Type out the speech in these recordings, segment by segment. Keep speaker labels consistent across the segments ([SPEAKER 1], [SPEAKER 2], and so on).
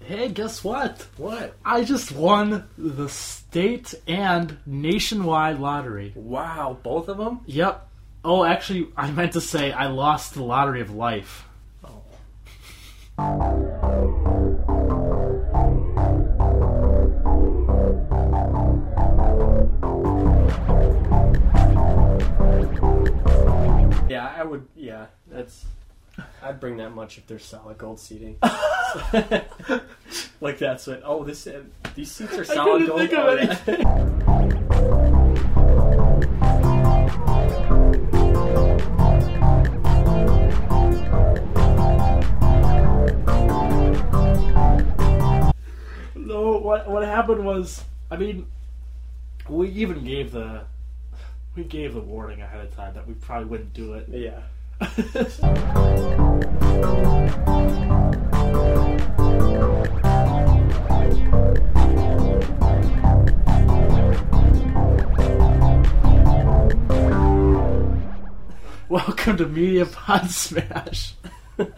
[SPEAKER 1] Hey, guess what?
[SPEAKER 2] What?
[SPEAKER 1] I just won the state and nationwide lottery.
[SPEAKER 2] Wow, both of them?
[SPEAKER 1] Yep. Oh, actually, I meant to say I lost the lottery of life.
[SPEAKER 2] Oh. Yeah, I would. Yeah, that's. I'd bring that much if there's solid gold seating. like that's what. Oh, this uh, these seats are solid
[SPEAKER 1] couldn't
[SPEAKER 2] gold.
[SPEAKER 1] think of
[SPEAKER 2] Oh, yeah.
[SPEAKER 1] No, what what happened was, I mean, we even gave the we gave the warning ahead of time that we probably wouldn't do it.
[SPEAKER 2] yeah.
[SPEAKER 1] Welcome to Media Pod Smash.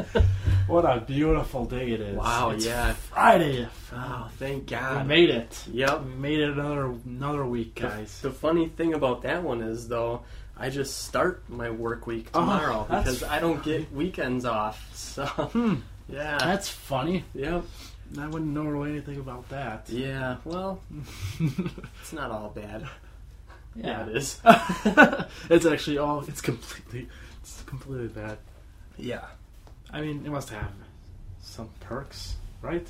[SPEAKER 1] what a beautiful day it is!
[SPEAKER 2] Wow.
[SPEAKER 1] It's
[SPEAKER 2] yeah.
[SPEAKER 1] Friday.
[SPEAKER 2] Oh, thank
[SPEAKER 1] We
[SPEAKER 2] God.
[SPEAKER 1] made it.
[SPEAKER 2] Yep.
[SPEAKER 1] We made it another another week, guys.
[SPEAKER 2] The funny thing about that one is though, I just start my work week
[SPEAKER 1] Oh,
[SPEAKER 2] tomorrow
[SPEAKER 1] that's
[SPEAKER 2] because I don't get weekends off. So yeah,
[SPEAKER 1] Hmm, That's funny.
[SPEAKER 2] yep,
[SPEAKER 1] I wouldn't know really anything about that.
[SPEAKER 2] yeah. Well, it's not all bad. Yeah, it is.
[SPEAKER 1] it's actually all. It's completely. It's completely bad.
[SPEAKER 2] yeah,
[SPEAKER 1] I mean, it must have some perks, right?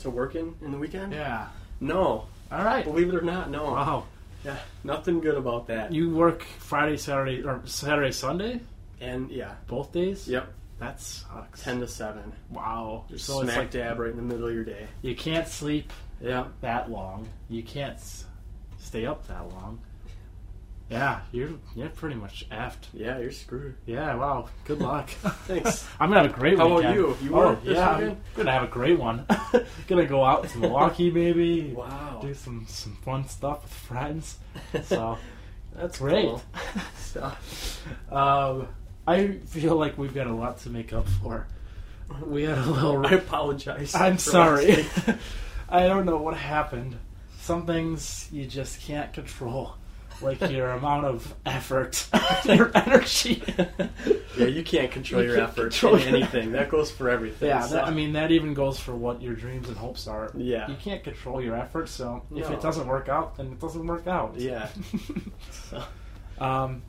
[SPEAKER 2] to working in the weekend?
[SPEAKER 1] Yeah.
[SPEAKER 2] No,
[SPEAKER 1] All right.
[SPEAKER 2] believe it or not, no.
[SPEAKER 1] Wow.
[SPEAKER 2] Yeah, nothing good about that.
[SPEAKER 1] You work Friday, Saturday, or Saturday, Sunday,
[SPEAKER 2] And yeah,
[SPEAKER 1] both days.
[SPEAKER 2] yep,
[SPEAKER 1] That sucks.
[SPEAKER 2] ten to seven.
[SPEAKER 1] Wow.
[SPEAKER 2] Just
[SPEAKER 1] so
[SPEAKER 2] smack
[SPEAKER 1] it's like
[SPEAKER 2] dab right in the middle of your day.
[SPEAKER 1] you can't sleep
[SPEAKER 2] Yeah,
[SPEAKER 1] that long. You can't s- stay up that long. Yeah, you're you're pretty much effed.
[SPEAKER 2] yeah, you're screwed.
[SPEAKER 1] Yeah. Wow. Good luck.
[SPEAKER 2] Thanks.
[SPEAKER 1] I'm gonna have a great
[SPEAKER 2] How about
[SPEAKER 1] weekend.
[SPEAKER 2] you? You
[SPEAKER 1] oh,
[SPEAKER 2] work this
[SPEAKER 1] yeah,
[SPEAKER 2] weekend?
[SPEAKER 1] I'm gonna have a great one. gonna go out to Milwaukee, maybe.
[SPEAKER 2] Wow.
[SPEAKER 1] Do some some fun stuff with friends. So
[SPEAKER 2] That's
[SPEAKER 1] great.
[SPEAKER 2] cool. Stuff.
[SPEAKER 1] Um, I feel like we've got a lot to make up for. We had a little.
[SPEAKER 2] I apologize.
[SPEAKER 1] I'm
[SPEAKER 2] for
[SPEAKER 1] sorry.
[SPEAKER 2] last
[SPEAKER 1] I don't know what happened. Some things you just can't control, like your amount of effort, your energy.
[SPEAKER 2] Yeah, you can't control
[SPEAKER 1] You
[SPEAKER 2] your
[SPEAKER 1] can't
[SPEAKER 2] effort
[SPEAKER 1] control
[SPEAKER 2] in
[SPEAKER 1] your-
[SPEAKER 2] anything. That goes for everything.
[SPEAKER 1] Yeah,
[SPEAKER 2] so-
[SPEAKER 1] that, I mean that even goes for what your dreams and hopes are.
[SPEAKER 2] Yeah.
[SPEAKER 1] you can't control your efforts, so if
[SPEAKER 2] No.
[SPEAKER 1] it doesn't work out, then it doesn't work out.
[SPEAKER 2] yeah. So,
[SPEAKER 1] um,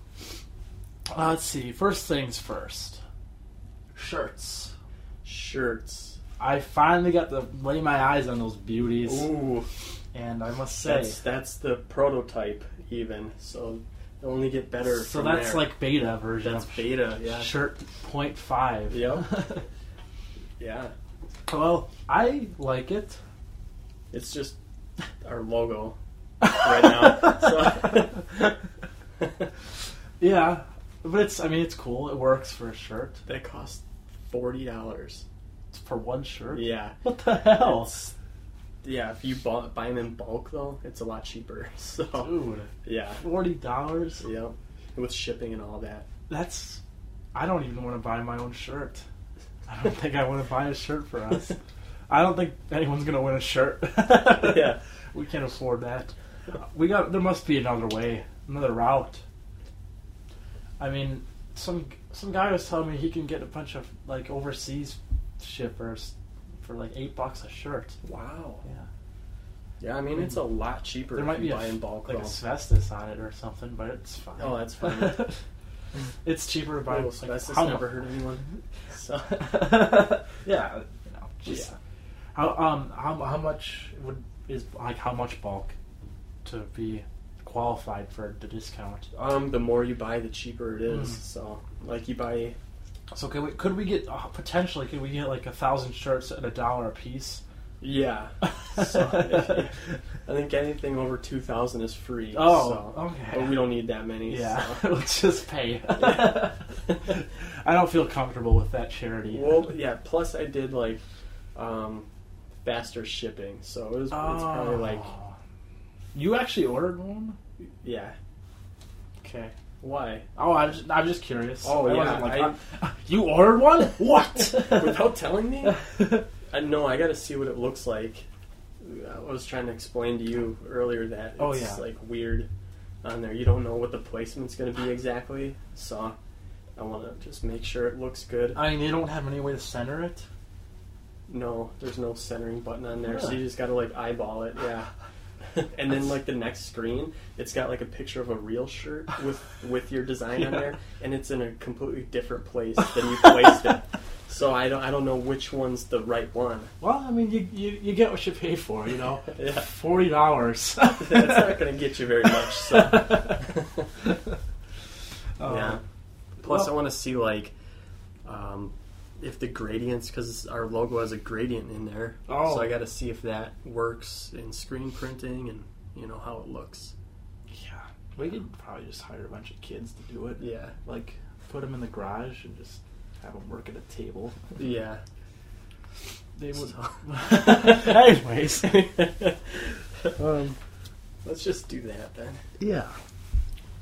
[SPEAKER 1] uh, let's see. First things first. Shirts.
[SPEAKER 2] shirts.
[SPEAKER 1] I finally got to lay my eyes on those beauties,
[SPEAKER 2] Ooh,
[SPEAKER 1] and I must say,
[SPEAKER 2] that's that's the prototype even. So they only get better.
[SPEAKER 1] so
[SPEAKER 2] from
[SPEAKER 1] that's
[SPEAKER 2] there.
[SPEAKER 1] like beta version
[SPEAKER 2] that's
[SPEAKER 1] of
[SPEAKER 2] beta. Yeah,
[SPEAKER 1] shirt point five.
[SPEAKER 2] Yep. yeah.
[SPEAKER 1] well, I like it.
[SPEAKER 2] It's just our logo right now. So.
[SPEAKER 1] Yeah, but it's. I mean, it's cool. It works for a shirt.
[SPEAKER 2] that cost forty dollars.
[SPEAKER 1] It's for one shirt.
[SPEAKER 2] Yeah.
[SPEAKER 1] What the hell,
[SPEAKER 2] It's- yeah, if you bu- buy them in bulk though, it's a lot cheaper. So
[SPEAKER 1] dude?
[SPEAKER 2] yeah,
[SPEAKER 1] Forty dollars.
[SPEAKER 2] yeah, with shipping and all that.
[SPEAKER 1] That's. I don't even want to buy my own shirt. I don't think I want to buy a shirt for us. I don't think anyone's gonna win a shirt.
[SPEAKER 2] yeah,
[SPEAKER 1] we can't afford that. We got. There must be another way, another route. I mean, some some guy was telling me he can get a bunch of like overseas shippers for like eight bucks a shirt.
[SPEAKER 2] wow.
[SPEAKER 1] Yeah.
[SPEAKER 2] Yeah, I mean it's a lot cheaper
[SPEAKER 1] There might
[SPEAKER 2] if you
[SPEAKER 1] be a,
[SPEAKER 2] buy in bulk
[SPEAKER 1] like
[SPEAKER 2] though.
[SPEAKER 1] asbestos on it or something, but it's fine.
[SPEAKER 2] Oh, that's fine.
[SPEAKER 1] it's cheaper to buy.
[SPEAKER 2] Oh,
[SPEAKER 1] like,
[SPEAKER 2] so that's just
[SPEAKER 1] how
[SPEAKER 2] never
[SPEAKER 1] mu-
[SPEAKER 2] hurt anyone. So
[SPEAKER 1] yeah, you know, just
[SPEAKER 2] Yeah.
[SPEAKER 1] how um how how much would is like how much bulk to be qualified for the discount?
[SPEAKER 2] um, the more you buy, the cheaper it is.
[SPEAKER 1] Mm.
[SPEAKER 2] So like you buy,
[SPEAKER 1] So could we could we get uh, potentially could we get like a thousand shirts at a dollar a piece?
[SPEAKER 2] yeah. so I think anything over two thousand is free.
[SPEAKER 1] Oh,
[SPEAKER 2] so.
[SPEAKER 1] okay.
[SPEAKER 2] But we don't need that many.
[SPEAKER 1] yeah,
[SPEAKER 2] So.
[SPEAKER 1] let's just pay.
[SPEAKER 2] Yeah.
[SPEAKER 1] I don't feel comfortable with that charity.
[SPEAKER 2] Well, yeah. Plus, I did like um, faster shipping, so it was it's probably like
[SPEAKER 1] Oh. you actually ordered one.
[SPEAKER 2] yeah.
[SPEAKER 1] Okay.
[SPEAKER 2] Why?
[SPEAKER 1] Oh, I was, I was just curious.
[SPEAKER 2] Oh,
[SPEAKER 1] I "Uh,
[SPEAKER 2] yeah,
[SPEAKER 1] wasn't like,
[SPEAKER 2] I-
[SPEAKER 1] "Ah, you ordered one? What?
[SPEAKER 2] Without telling me? I no, I got to see what it looks like. I was trying to explain to you earlier that it's
[SPEAKER 1] Oh, yeah.
[SPEAKER 2] like weird on there. You don't know what the placement's going to be exactly, so I want to just make sure it looks good.
[SPEAKER 1] I mean, they don't have any way to center it.
[SPEAKER 2] No, there's no centering button on there, so you
[SPEAKER 1] Really?
[SPEAKER 2] just got to like eyeball it. Yeah. and then like the next screen, it's got like a picture of a real shirt with with your design on
[SPEAKER 1] Yeah.
[SPEAKER 2] there, and it's in a completely different place than you placed it. So I don't I don't know which one's the right one.
[SPEAKER 1] Well, I mean, you, you, you get what you pay for, you know?
[SPEAKER 2] Yeah.
[SPEAKER 1] Forty dollars.
[SPEAKER 2] That's not going to get you very much. So
[SPEAKER 1] Um,
[SPEAKER 2] yeah. Plus, I
[SPEAKER 1] Oh. well-
[SPEAKER 2] want to see like um, if the gradients because our logo has a gradient in there.
[SPEAKER 1] Oh.
[SPEAKER 2] So I got to see if that works in screen printing and you know how it looks.
[SPEAKER 1] yeah. We could probably just hire a bunch of kids to do it.
[SPEAKER 2] Yeah.
[SPEAKER 1] Like, put them in the garage and just have them work at a table.
[SPEAKER 2] Yeah.
[SPEAKER 1] They would.
[SPEAKER 2] So-
[SPEAKER 1] Anyways.
[SPEAKER 2] um, let's just do that then.
[SPEAKER 1] yeah.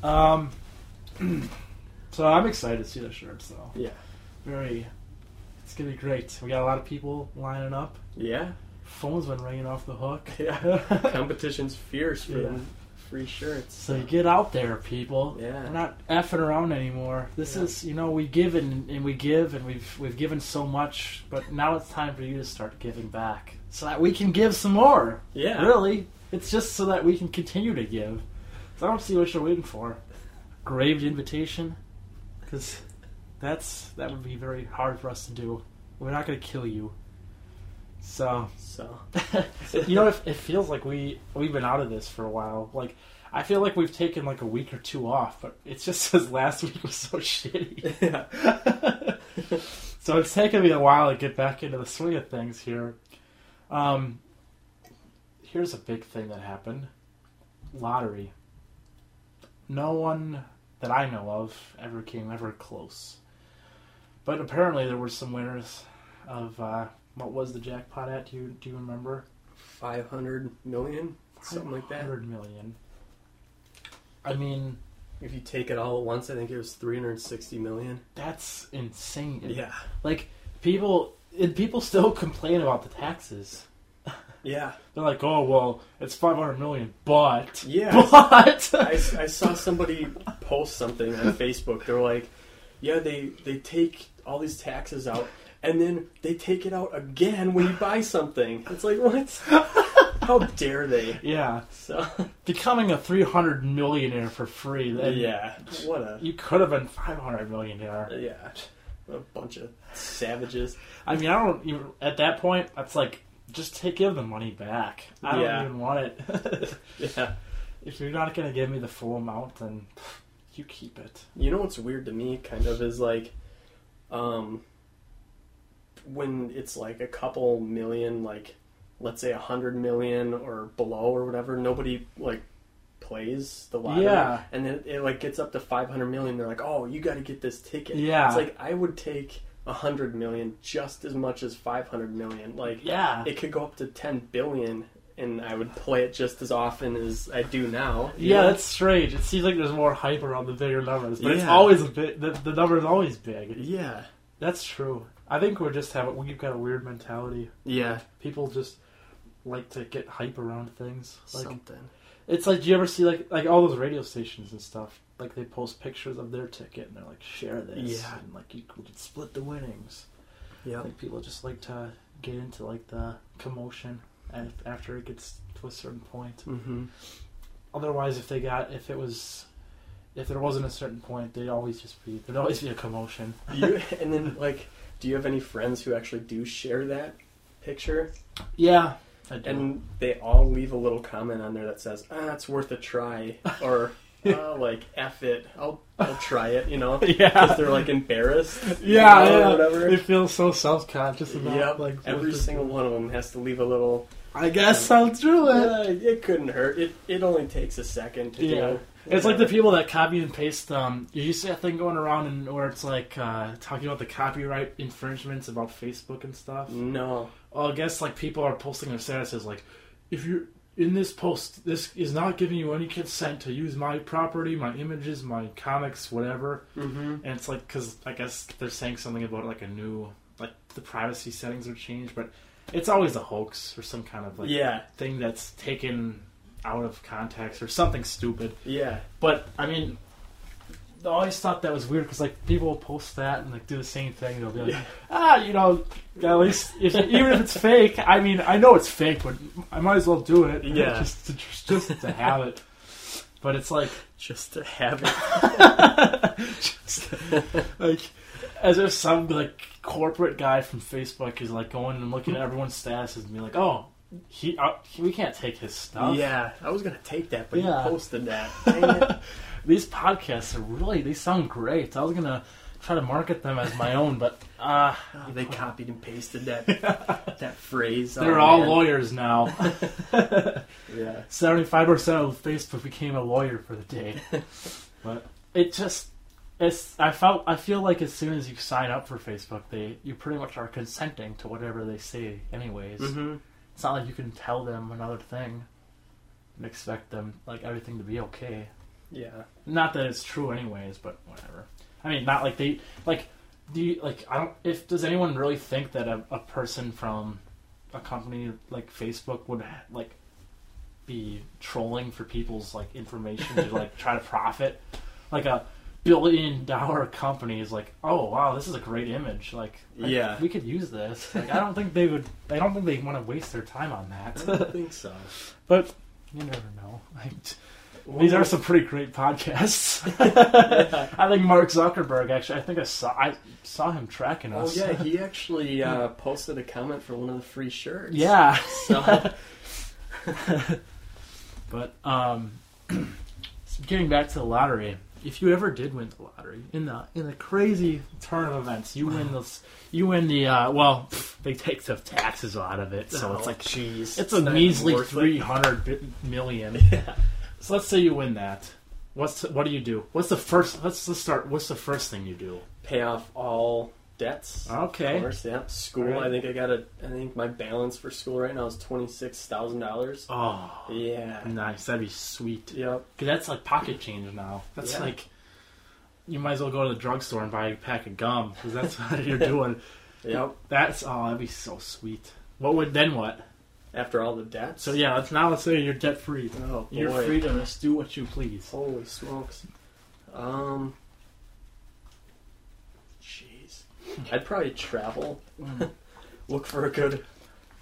[SPEAKER 1] Um. so I'm excited to see the shirts, though.
[SPEAKER 2] Yeah.
[SPEAKER 1] Very. It's gonna be great. We got a lot of people lining up.
[SPEAKER 2] Yeah.
[SPEAKER 1] Phone's been ringing off the hook.
[SPEAKER 2] Yeah. Competition's fierce for
[SPEAKER 1] Yeah.
[SPEAKER 2] them free shirts.
[SPEAKER 1] So get out there, people.
[SPEAKER 2] Yeah.
[SPEAKER 1] We're not effing around anymore. This
[SPEAKER 2] Yeah.
[SPEAKER 1] is, you know, we give and, and we give and we've we've given so much, but now it's time for you to start giving back so that we can give some more.
[SPEAKER 2] Yeah.
[SPEAKER 1] Really, it's just so that we can continue to give. So I don't see what you're waiting for. Graved invitation, because that's that would be very hard for us to do. We're not going to kill you. So
[SPEAKER 2] So.
[SPEAKER 1] you know, it, it feels like we we've been out of this for a while. Like, I feel like we've taken like a week or two off, but it's just says last week was so shitty.
[SPEAKER 2] yeah.
[SPEAKER 1] so it's taken me a while to get back into the swing of things here. Um, here's a big thing that happened: lottery. No one that I know of ever came ever close, but apparently there were some winners of uh, what was the jackpot at? Do you do you remember?
[SPEAKER 2] 500 million? Something like that.
[SPEAKER 1] 100 million. I mean,
[SPEAKER 2] If you take it all at once, I think it was 360 million.
[SPEAKER 1] that's insane. Like people, and people still complain about the taxes.
[SPEAKER 2] Yeah.
[SPEAKER 1] They're like, "Oh well, it's 500 million, but
[SPEAKER 2] Yeah.
[SPEAKER 1] but
[SPEAKER 2] I, I saw somebody post something on Facebook. They're like, yeah, they, they take all these taxes out and then they take it out again when you buy something. It's like, what? How dare they?
[SPEAKER 1] yeah,
[SPEAKER 2] So,
[SPEAKER 1] becoming a 300 millionaire for free. Then
[SPEAKER 2] yeah. What a.
[SPEAKER 1] you could have been 500 millionaire.
[SPEAKER 2] Yeah. A bunch of savages.
[SPEAKER 1] I mean, I don't even at that point. That's like just take give the money back. I don't
[SPEAKER 2] Yeah.
[SPEAKER 1] even want it.
[SPEAKER 2] Yeah.
[SPEAKER 1] if you're not gonna give me the full amount, then pff, you keep it.
[SPEAKER 2] You know what's weird to me, kind of, is like, um, when it's like a couple million, like, let's say a hundred million or below or whatever, nobody like plays the lottery,
[SPEAKER 1] Yeah.
[SPEAKER 2] and then it like gets up to five hundred million. They're like, oh, you got to get this ticket.
[SPEAKER 1] Yeah.
[SPEAKER 2] it's like I would take a hundred million just as much as five hundred million. Like,
[SPEAKER 1] Yeah.
[SPEAKER 2] it could go up to ten billion. And I would play it just as often as I do now. you
[SPEAKER 1] Yeah,
[SPEAKER 2] know?
[SPEAKER 1] that's strange. It seems like there's more hype around the bigger numbers, but it's
[SPEAKER 2] Yeah.
[SPEAKER 1] always a bit. The, the number is always big.
[SPEAKER 2] yeah,
[SPEAKER 1] That's true. I think we're just having we've got a weird mentality.
[SPEAKER 2] yeah,
[SPEAKER 1] People just like to get hype around things. Like
[SPEAKER 2] something.
[SPEAKER 1] it's like, do you ever see like like all those radio stations and stuff? Like they post pictures of their ticket and they're like, share this,
[SPEAKER 2] Yeah.
[SPEAKER 1] and like you could split the winnings.
[SPEAKER 2] Yeah.
[SPEAKER 1] I think people just like to get into like the commotion af- after it gets to a certain point.
[SPEAKER 2] Mm-hmm.
[SPEAKER 1] otherwise if they got if it was if there wasn't a certain point they'd always just be there'd always be a commotion
[SPEAKER 2] You, and then, like, do you have any friends who actually do share that picture?
[SPEAKER 1] yeah I do.
[SPEAKER 2] And they all leave a little comment on there that says, ah, it's worth a try. Or, ah, like, F it. I'll, I'll try it, you know?
[SPEAKER 1] yeah
[SPEAKER 2] Because they're, like, embarrassed. you
[SPEAKER 1] yeah,
[SPEAKER 2] know,
[SPEAKER 1] yeah.
[SPEAKER 2] Or whatever.
[SPEAKER 1] they feel so self-conscious about
[SPEAKER 2] Yep.
[SPEAKER 1] like
[SPEAKER 2] Every
[SPEAKER 1] what the-
[SPEAKER 2] single one of them has to leave a little.
[SPEAKER 1] i guess i'll do it
[SPEAKER 2] "Ah, it couldn't hurt. It it only takes a second to
[SPEAKER 1] Yeah.
[SPEAKER 2] do.
[SPEAKER 1] It's like the people that copy and paste. Um, you see that thing going around, and where it's like uh, talking about the copyright infringements about Facebook and stuff.
[SPEAKER 2] Mm. No.
[SPEAKER 1] Well, I guess like people are posting their statuses like, if you're in this post, this is not giving you any consent to use my property, my images, my comics, whatever.
[SPEAKER 2] Mm-hmm.
[SPEAKER 1] And it's like because I guess they're saying something about like a new like the privacy settings are changed, but It's always a hoax or some kind of like
[SPEAKER 2] yeah,
[SPEAKER 1] thing that's taken out of context or something stupid.
[SPEAKER 2] yeah,
[SPEAKER 1] But I mean, I always thought that was weird because like people will post that and like do the same thing. They'll be like,
[SPEAKER 2] Yeah.
[SPEAKER 1] ah, you know, at least if, even if it's fake. I mean, I know it's fake, but I might as well do it.
[SPEAKER 2] Yeah.
[SPEAKER 1] just to, just to have it. But it's like
[SPEAKER 2] just to have it.
[SPEAKER 1] just like as if some like corporate guy from Facebook is like going and looking at everyone's statuses and being like, oh, he, uh, he we can't take his stuff.
[SPEAKER 2] Yeah, I was gonna take that, but
[SPEAKER 1] Yeah.
[SPEAKER 2] you posted that. Dang it.
[SPEAKER 1] These podcasts are really they sound great. I was gonna try to market them as my own, but uh
[SPEAKER 2] Oh, they copied and pasted that that phrase.
[SPEAKER 1] they're
[SPEAKER 2] Oh,
[SPEAKER 1] all
[SPEAKER 2] man.
[SPEAKER 1] lawyers now.
[SPEAKER 2] Yeah,
[SPEAKER 1] Seventy five percent of Facebook became a lawyer for the day. but it just it's I felt I feel like as soon as you sign up for Facebook they you pretty much are consenting to whatever they say anyways.
[SPEAKER 2] hmm
[SPEAKER 1] It's not like you can tell them another thing and expect them like everything to be okay.
[SPEAKER 2] yeah,
[SPEAKER 1] Not that it's true, anyways, but whatever. I mean, not like they like. Do you like? I don't. If does anyone really think that a, a person from a company like Facebook would like be trolling for people's like information to like try to profit? Like a billion dollar company is like, oh wow, this is a great image. Like, I-
[SPEAKER 2] Yeah.
[SPEAKER 1] we could use this. Like, I don't think they would. I don't think they want to waste their time on
[SPEAKER 2] I
[SPEAKER 1] that.
[SPEAKER 2] don't think so.
[SPEAKER 1] but you never know. Like, these are some pretty great podcasts. I think Mark Zuckerberg actually. I think I saw I saw him tracking
[SPEAKER 2] Oh
[SPEAKER 1] us.
[SPEAKER 2] yeah, he actually uh, posted a comment for one of the free shirts.
[SPEAKER 1] yeah.
[SPEAKER 2] So
[SPEAKER 1] But um, so getting back to the lottery, if you ever did win the lottery in the in the crazy turn of events, you win this. You win the uh, well, they take the taxes out of it, so it's like
[SPEAKER 2] cheese.
[SPEAKER 1] it's a measly three hundred million.
[SPEAKER 2] Yeah.
[SPEAKER 1] So let's say you win that. What's what do you do? What's the first? Let's let's start. What's the first thing you do?
[SPEAKER 2] Pay off all debts. Of
[SPEAKER 1] Okay.
[SPEAKER 2] course, yeah. School.
[SPEAKER 1] All right.
[SPEAKER 2] I think I got a. I think my balance for school right now is twenty six thousand dollars.
[SPEAKER 1] Oh.
[SPEAKER 2] Yeah.
[SPEAKER 1] Nice, that'd be sweet.
[SPEAKER 2] Yep.
[SPEAKER 1] Cause that's like pocket change now. That's
[SPEAKER 2] Yeah.
[SPEAKER 1] like you might as well go to the drugstore and buy a pack of gum because that's what you're doing.
[SPEAKER 2] Yep.
[SPEAKER 1] That's oh, that'd be so sweet. What would then what?
[SPEAKER 2] After all the debts.
[SPEAKER 1] So yeah, let's now let's say you're debt free.
[SPEAKER 2] Oh boy.
[SPEAKER 1] You're free to just do what you please.
[SPEAKER 2] Holy smokes. Um. Jeez. I'd probably travel. Look for a good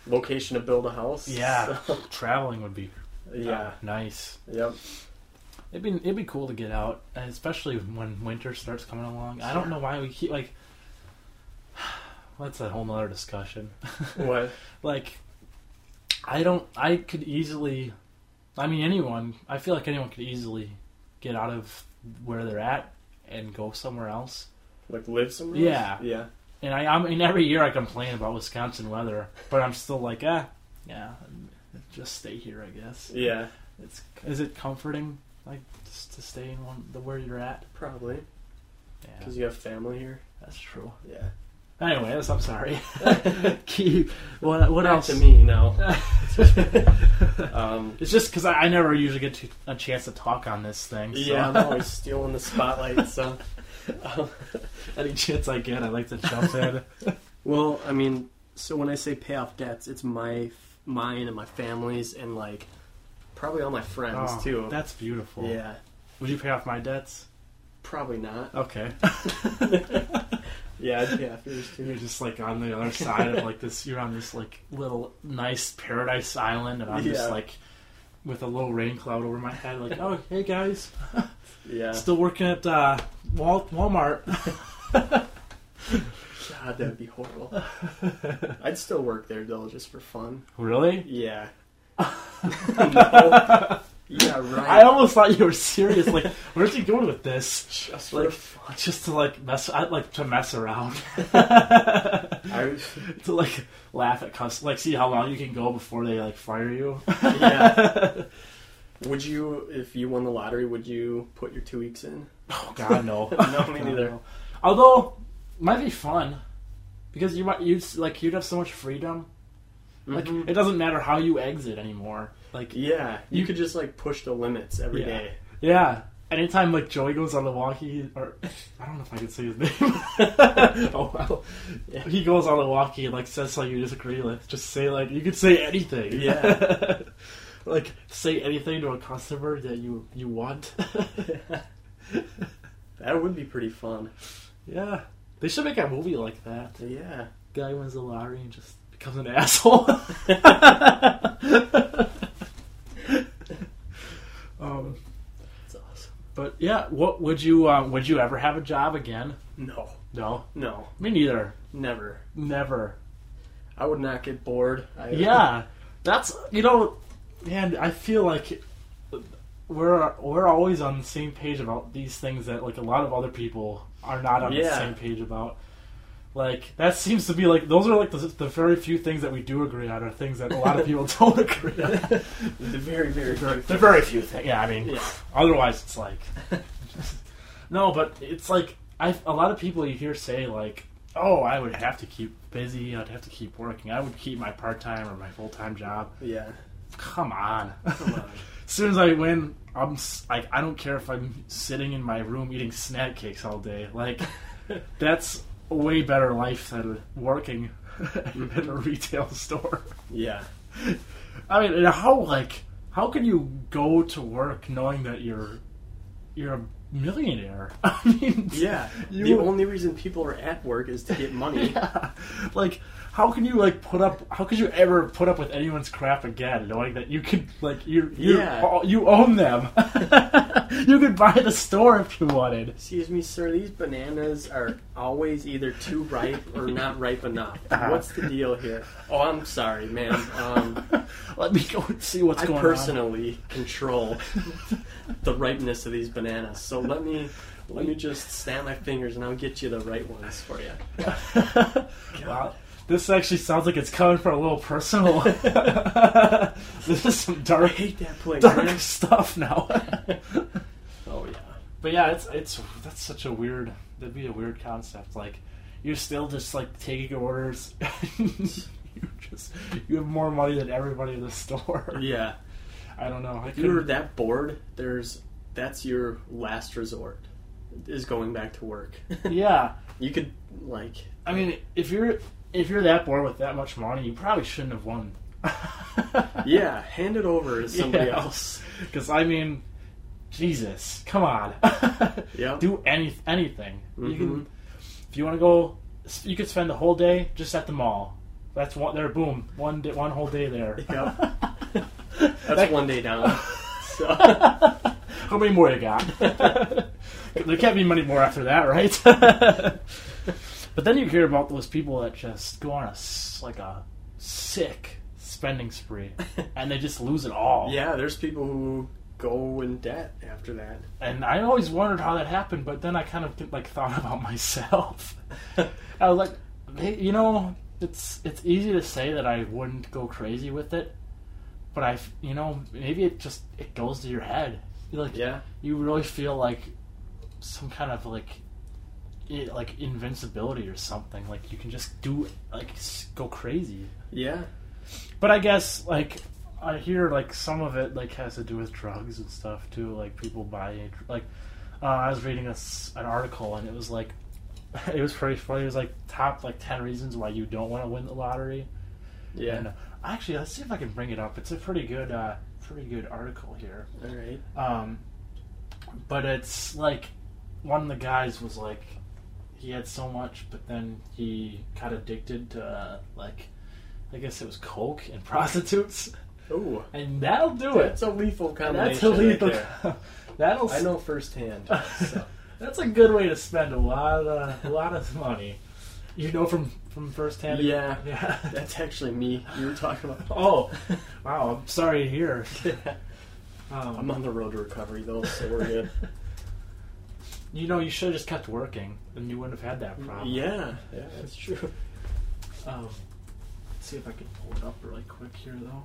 [SPEAKER 2] location to build a house.
[SPEAKER 1] Yeah, traveling would be
[SPEAKER 2] yeah.
[SPEAKER 1] uh, nice.
[SPEAKER 2] Yep.
[SPEAKER 1] It'd be it'd be cool to get out, and especially when winter starts coming along. I don't know why we keep like. That's a whole nother discussion.
[SPEAKER 2] What?
[SPEAKER 1] like I don't I could easily I mean anyone I feel like anyone could easily get out of where they're at and go somewhere else.
[SPEAKER 2] Like live somewhere?
[SPEAKER 1] Yeah.
[SPEAKER 2] else? Yeah.
[SPEAKER 1] And I I mean every year I complain about Wisconsin weather, but I'm still like, ah, yeah, just stay here, I guess.
[SPEAKER 2] Yeah.
[SPEAKER 1] It's is it comforting like just to stay in one the where you're at?
[SPEAKER 2] Probably.
[SPEAKER 1] Yeah.
[SPEAKER 2] Because you have family here.
[SPEAKER 1] That's true.
[SPEAKER 2] Yeah.
[SPEAKER 1] Anyways, I'm sorry. Keep what what
[SPEAKER 2] Not
[SPEAKER 1] else?
[SPEAKER 2] to me now. um,
[SPEAKER 1] It's just because I, I never usually get to, a chance to talk on this thing. So.
[SPEAKER 2] yeah, I'm always stealing the spotlight. So. Um,
[SPEAKER 1] Any chance I get, I like to jump in.
[SPEAKER 2] Well, I mean, so when I say pay off debts, it's my mine and my family's and like probably all my friends
[SPEAKER 1] Oh,
[SPEAKER 2] too.
[SPEAKER 1] That's beautiful.
[SPEAKER 2] yeah,
[SPEAKER 1] Would you pay off my debts?
[SPEAKER 2] probably not.
[SPEAKER 1] Okay.
[SPEAKER 2] Yeah, I'd pay off yours
[SPEAKER 1] You're
[SPEAKER 2] too.
[SPEAKER 1] just like on the other side of like this. You're on this like little nice paradise island, and I'm just
[SPEAKER 2] Yeah.
[SPEAKER 1] like with a little rain cloud over my head. Like, oh hey guys,
[SPEAKER 2] Yeah,
[SPEAKER 1] still working at uh, Wal- Walmart.
[SPEAKER 2] God, that'd be horrible. I'd still work there though, just for fun.
[SPEAKER 1] Really?
[SPEAKER 2] Yeah. No. Yeah, right.
[SPEAKER 1] I almost thought you were serious. Like, where's he going with this?
[SPEAKER 2] just
[SPEAKER 1] like-
[SPEAKER 2] for fun.
[SPEAKER 1] Just to like mess, I like to mess around.
[SPEAKER 2] I,
[SPEAKER 1] to like laugh at cus like see how long you can go before they like fire you.
[SPEAKER 2] yeah. Would you, if you won the lottery, would you put your two weeks in?
[SPEAKER 1] Oh God, no,
[SPEAKER 2] No, me
[SPEAKER 1] God,
[SPEAKER 2] neither.
[SPEAKER 1] no. Although, might be fun because you might you like you'd have so much freedom. Like
[SPEAKER 2] Mhm.
[SPEAKER 1] it doesn't matter how you exit anymore. Like
[SPEAKER 2] Yeah,
[SPEAKER 1] You-
[SPEAKER 2] you could just like push the limits every
[SPEAKER 1] Yeah.
[SPEAKER 2] day.
[SPEAKER 1] yeah, anytime like Joey goes on the walkie, or I don't know if I can say his name.
[SPEAKER 2] oh wow. Yeah.
[SPEAKER 1] he goes on the walkie and like says something you disagree with. Just say like you could say anything.
[SPEAKER 2] Yeah.
[SPEAKER 1] like say anything to a customer that you you want.
[SPEAKER 2] That would be pretty fun.
[SPEAKER 1] yeah. They should make a movie like that.
[SPEAKER 2] Yeah.
[SPEAKER 1] Guy wins the lottery and just becomes an asshole. um,
[SPEAKER 2] That's awesome.
[SPEAKER 1] but yeah, what would you um, would you ever have a job again?
[SPEAKER 2] No.
[SPEAKER 1] No,
[SPEAKER 2] No.
[SPEAKER 1] me neither.
[SPEAKER 2] Never.
[SPEAKER 1] Never.
[SPEAKER 2] I would not get bored. I, uh,
[SPEAKER 1] Yeah, that's you know, man. I feel like we're we're always on the same page about these things that like a lot of other people are not on the
[SPEAKER 2] Yeah.
[SPEAKER 1] same page about. Like that seems to be like those are like the, the very few things that we do agree on are things that a lot of people don't agree on.
[SPEAKER 2] the very, very, very.
[SPEAKER 1] The very few things. Yeah, I mean,
[SPEAKER 2] Yeah.
[SPEAKER 1] otherwise it's like no, but it's like I a lot of people you hear say like, "Oh, I would have to keep busy. I'd have to keep working. I would keep my part time or my full time job."
[SPEAKER 2] Yeah.
[SPEAKER 1] Come on.
[SPEAKER 2] Come on.
[SPEAKER 1] as soon as I win, I'm s- like I don't care if I'm sitting in my room eating snack cakes all day. Like that's a way better life than working in a retail store.
[SPEAKER 2] Yeah.
[SPEAKER 1] I mean, and how like how can you go to work knowing that you're you're a millionaire? I mean,
[SPEAKER 2] Yeah.
[SPEAKER 1] You-
[SPEAKER 2] the only reason people are at work is to get money.
[SPEAKER 1] yeah. Like, how can you like put up? How could you ever put up with anyone's crap again, knowing that you could like you you
[SPEAKER 2] Yeah.
[SPEAKER 1] oh, you own them? you could buy the store if you wanted.
[SPEAKER 2] Excuse me, sir. These bananas are always either too ripe or not ripe enough.
[SPEAKER 1] Yeah.
[SPEAKER 2] What's the deal here? Oh, I'm sorry, ma'am. Um,
[SPEAKER 1] Let me go and see what's
[SPEAKER 2] I
[SPEAKER 1] going
[SPEAKER 2] personally control the ripeness of these bananas, so let me let me just snap my fingers and I'll get you the right ones for you.
[SPEAKER 1] on. wow. This actually sounds like it's coming from a little personal. this is some
[SPEAKER 2] I
[SPEAKER 1] dark,
[SPEAKER 2] hate that place.
[SPEAKER 1] dark
[SPEAKER 2] man.
[SPEAKER 1] stuff now.
[SPEAKER 2] Oh yeah.
[SPEAKER 1] But yeah, it's it's that's such a weird that'd be a weird concept. Like you're still just like taking orders. you just you have more money than everybody in the store.
[SPEAKER 2] Yeah.
[SPEAKER 1] I don't know. I
[SPEAKER 2] If you were
[SPEAKER 1] couldn't-
[SPEAKER 2] that bored, there's that's your last resort is going back to work.
[SPEAKER 1] Yeah.
[SPEAKER 2] You could like
[SPEAKER 1] I mean, if you're if you're that bored with that much money, you probably shouldn't have won.
[SPEAKER 2] yeah, hand it over to somebody
[SPEAKER 1] Yeah.
[SPEAKER 2] else.
[SPEAKER 1] Because I mean, Jesus, come on.
[SPEAKER 2] Yeah.
[SPEAKER 1] Do any anything. You
[SPEAKER 2] Mhm.
[SPEAKER 1] can if you want to go, you could spend the whole day just at the mall. That's one there. Boom, one day, one whole day there.
[SPEAKER 2] Yeah. That's
[SPEAKER 1] That-
[SPEAKER 2] one day down. So
[SPEAKER 1] How many more you got? there can't be many more after that, right? but then you hear about those people that just go on a s- like a sick spending spree, and they just lose it all.
[SPEAKER 2] yeah, there's people who go in debt after that.
[SPEAKER 1] and I always wondered how that happened, but then I kind of like thought about myself. I was like, "Hey, you know, it's it's easy to say that I wouldn't go crazy with it, but I, f- you know, maybe it just it goes to your head. You like,
[SPEAKER 2] Yeah.
[SPEAKER 1] you really feel like some kind of like. i like invincibility or something like you can just do like s- go crazy
[SPEAKER 2] Yeah.
[SPEAKER 1] but i guess like i hear like some of it like has to do with drugs and stuff too like people buy like uh, i was reading a s an article and it was like it was pretty funny it was like top like 10 reasons why you don't want to win the lottery and,
[SPEAKER 2] Yeah.
[SPEAKER 1] uh, actually let's see if i can bring it up it's a pretty good uh pretty good article here
[SPEAKER 2] All right.
[SPEAKER 1] um, but it's like one of the guys was like, he had so much, but then he got addicted to uh, like, I guess it was coke and prostitutes,
[SPEAKER 2] Ooh.
[SPEAKER 1] and that'll do it.
[SPEAKER 2] That's a lethal combination.
[SPEAKER 1] That's a lethal.
[SPEAKER 2] Right there.
[SPEAKER 1] that'll.
[SPEAKER 2] I know firsthand. So.
[SPEAKER 1] That's a good way to spend a lot of a lot of money. You know from from firsthand.
[SPEAKER 2] Yeah.
[SPEAKER 1] Yeah.
[SPEAKER 2] That's actually me you were talking about.
[SPEAKER 1] oh, wow. I'm sorry to hear. Um,
[SPEAKER 2] I'm on the road to recovery though, so we're good.
[SPEAKER 1] You know, you should have just kept working, and you wouldn't have had that problem.
[SPEAKER 2] yeah, yeah, that's true.
[SPEAKER 1] Um, let's see if I can pull it up really quick here, though.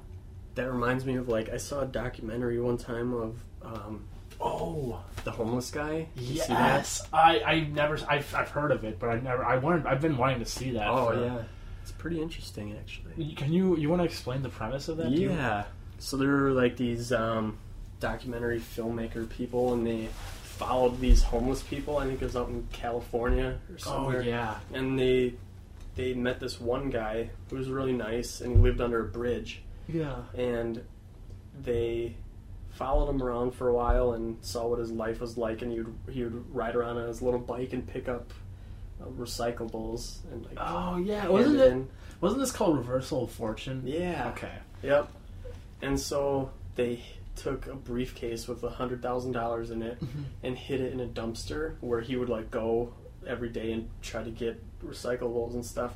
[SPEAKER 2] That reminds me of like I saw a documentary one time of um,
[SPEAKER 1] Oh,
[SPEAKER 2] the homeless guy. Did you see that?
[SPEAKER 1] yes. I I never I've, I've heard of it, but I never I wanted I've been wanting to see that.
[SPEAKER 2] Oh
[SPEAKER 1] for-
[SPEAKER 2] yeah, it's pretty interesting actually.
[SPEAKER 1] You- Can you you want to explain the premise of that? do you?
[SPEAKER 2] Yeah. So there were like these um, documentary filmmaker people, and they followed these homeless people. I think it was out in California or
[SPEAKER 1] Oh
[SPEAKER 2] somewhere.
[SPEAKER 1] yeah.
[SPEAKER 2] And they they met this one guy who was really nice and he lived under a bridge.
[SPEAKER 1] Yeah.
[SPEAKER 2] And they followed him around for a while and saw what his life was like. And he would he would ride around on his little bike and pick up uh, recyclables and like.
[SPEAKER 1] Oh yeah.
[SPEAKER 2] hand
[SPEAKER 1] Wasn't it?
[SPEAKER 2] in.
[SPEAKER 1] Wasn't this called Reversal of Fortune?
[SPEAKER 2] Yeah.
[SPEAKER 1] Okay.
[SPEAKER 2] Yep. And so they took a briefcase with a hundred thousand dollars in it and hid it in a dumpster where he would like go every day and try to get recyclables and stuff.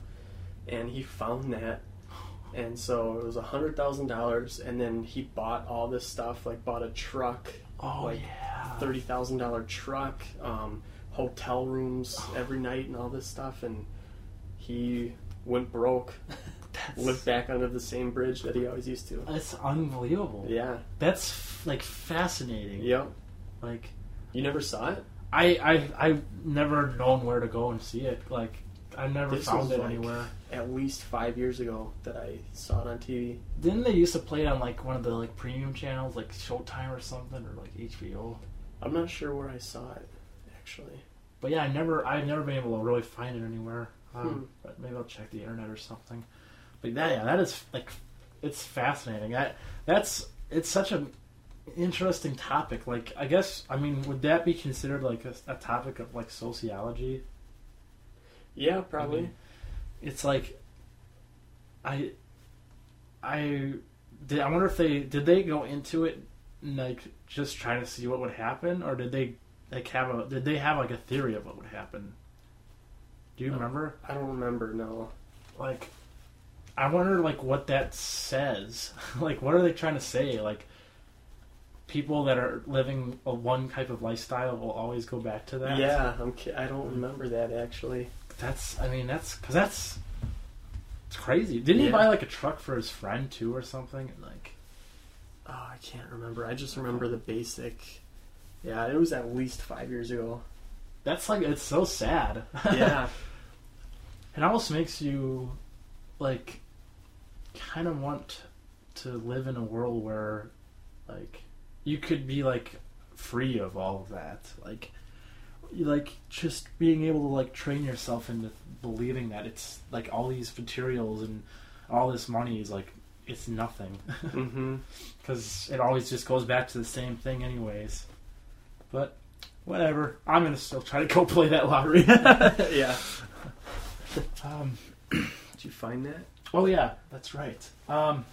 [SPEAKER 2] And he found that. And so it was a hundred thousand dollars, and then he bought all this stuff, like bought a truck,
[SPEAKER 1] Oh
[SPEAKER 2] Like,
[SPEAKER 1] yeah.
[SPEAKER 2] thirty thousand dollar truck, um, hotel rooms every night, and all this stuff. And he went broke, lived back under the same bridge that he always used to.
[SPEAKER 1] That's unbelievable.
[SPEAKER 2] Yeah.
[SPEAKER 1] That's f- like fascinating.
[SPEAKER 2] Yep.
[SPEAKER 1] Like
[SPEAKER 2] You never saw it?
[SPEAKER 1] I I I never known where to go and see it. Like I never
[SPEAKER 2] This
[SPEAKER 1] found
[SPEAKER 2] was,
[SPEAKER 1] it
[SPEAKER 2] like-
[SPEAKER 1] anywhere.
[SPEAKER 2] At least five years ago that I saw it on TV.
[SPEAKER 1] Didn't they used to play it on like one of the like premium channels, like Showtime or something, or like HBO?
[SPEAKER 2] I'm not sure where I saw it, actually.
[SPEAKER 1] But yeah, I never I've never been able to really find it anywhere. Um,
[SPEAKER 2] Hmm.
[SPEAKER 1] But maybe I'll check the internet or something. But that yeah, that is like it's fascinating. That that's it's such an interesting topic. Like I guess I mean would that be considered like a, a topic of like sociology?
[SPEAKER 2] Yeah, probably.
[SPEAKER 1] Mhm. it's like I I did I wonder if they did they go into it like just trying to see what would happen or did they like have a did they have like a theory of what would happen? Do you
[SPEAKER 2] No.
[SPEAKER 1] remember?
[SPEAKER 2] I don't remember, no.
[SPEAKER 1] Like I wonder like what that says. like what are they trying to say? Like people that are living a one type of lifestyle will always go back to that.
[SPEAKER 2] Yeah, I'm ki- I don't remember that, actually.
[SPEAKER 1] That's I mean that's cuz that's it's crazy. Didn't he
[SPEAKER 2] Yeah.
[SPEAKER 1] buy like a truck for his friend too or something? And, like
[SPEAKER 2] Oh, I can't remember. I just remember the basic. Yeah, it was at least five years ago.
[SPEAKER 1] that's like it's so sad.
[SPEAKER 2] Yeah.
[SPEAKER 1] it almost makes you like kind of want to live in a world where like you could be like free of all of that. Like you, like just being able to like train yourself into believing that it's like all these materials and all this money is like it's nothing.
[SPEAKER 2] mm-hmm.
[SPEAKER 1] because it always just goes back to the same thing, anyways. But whatever, I'm gonna still try to go play that lottery.
[SPEAKER 2] yeah.
[SPEAKER 1] um,
[SPEAKER 2] Did you find that?
[SPEAKER 1] oh yeah, that's right. Um,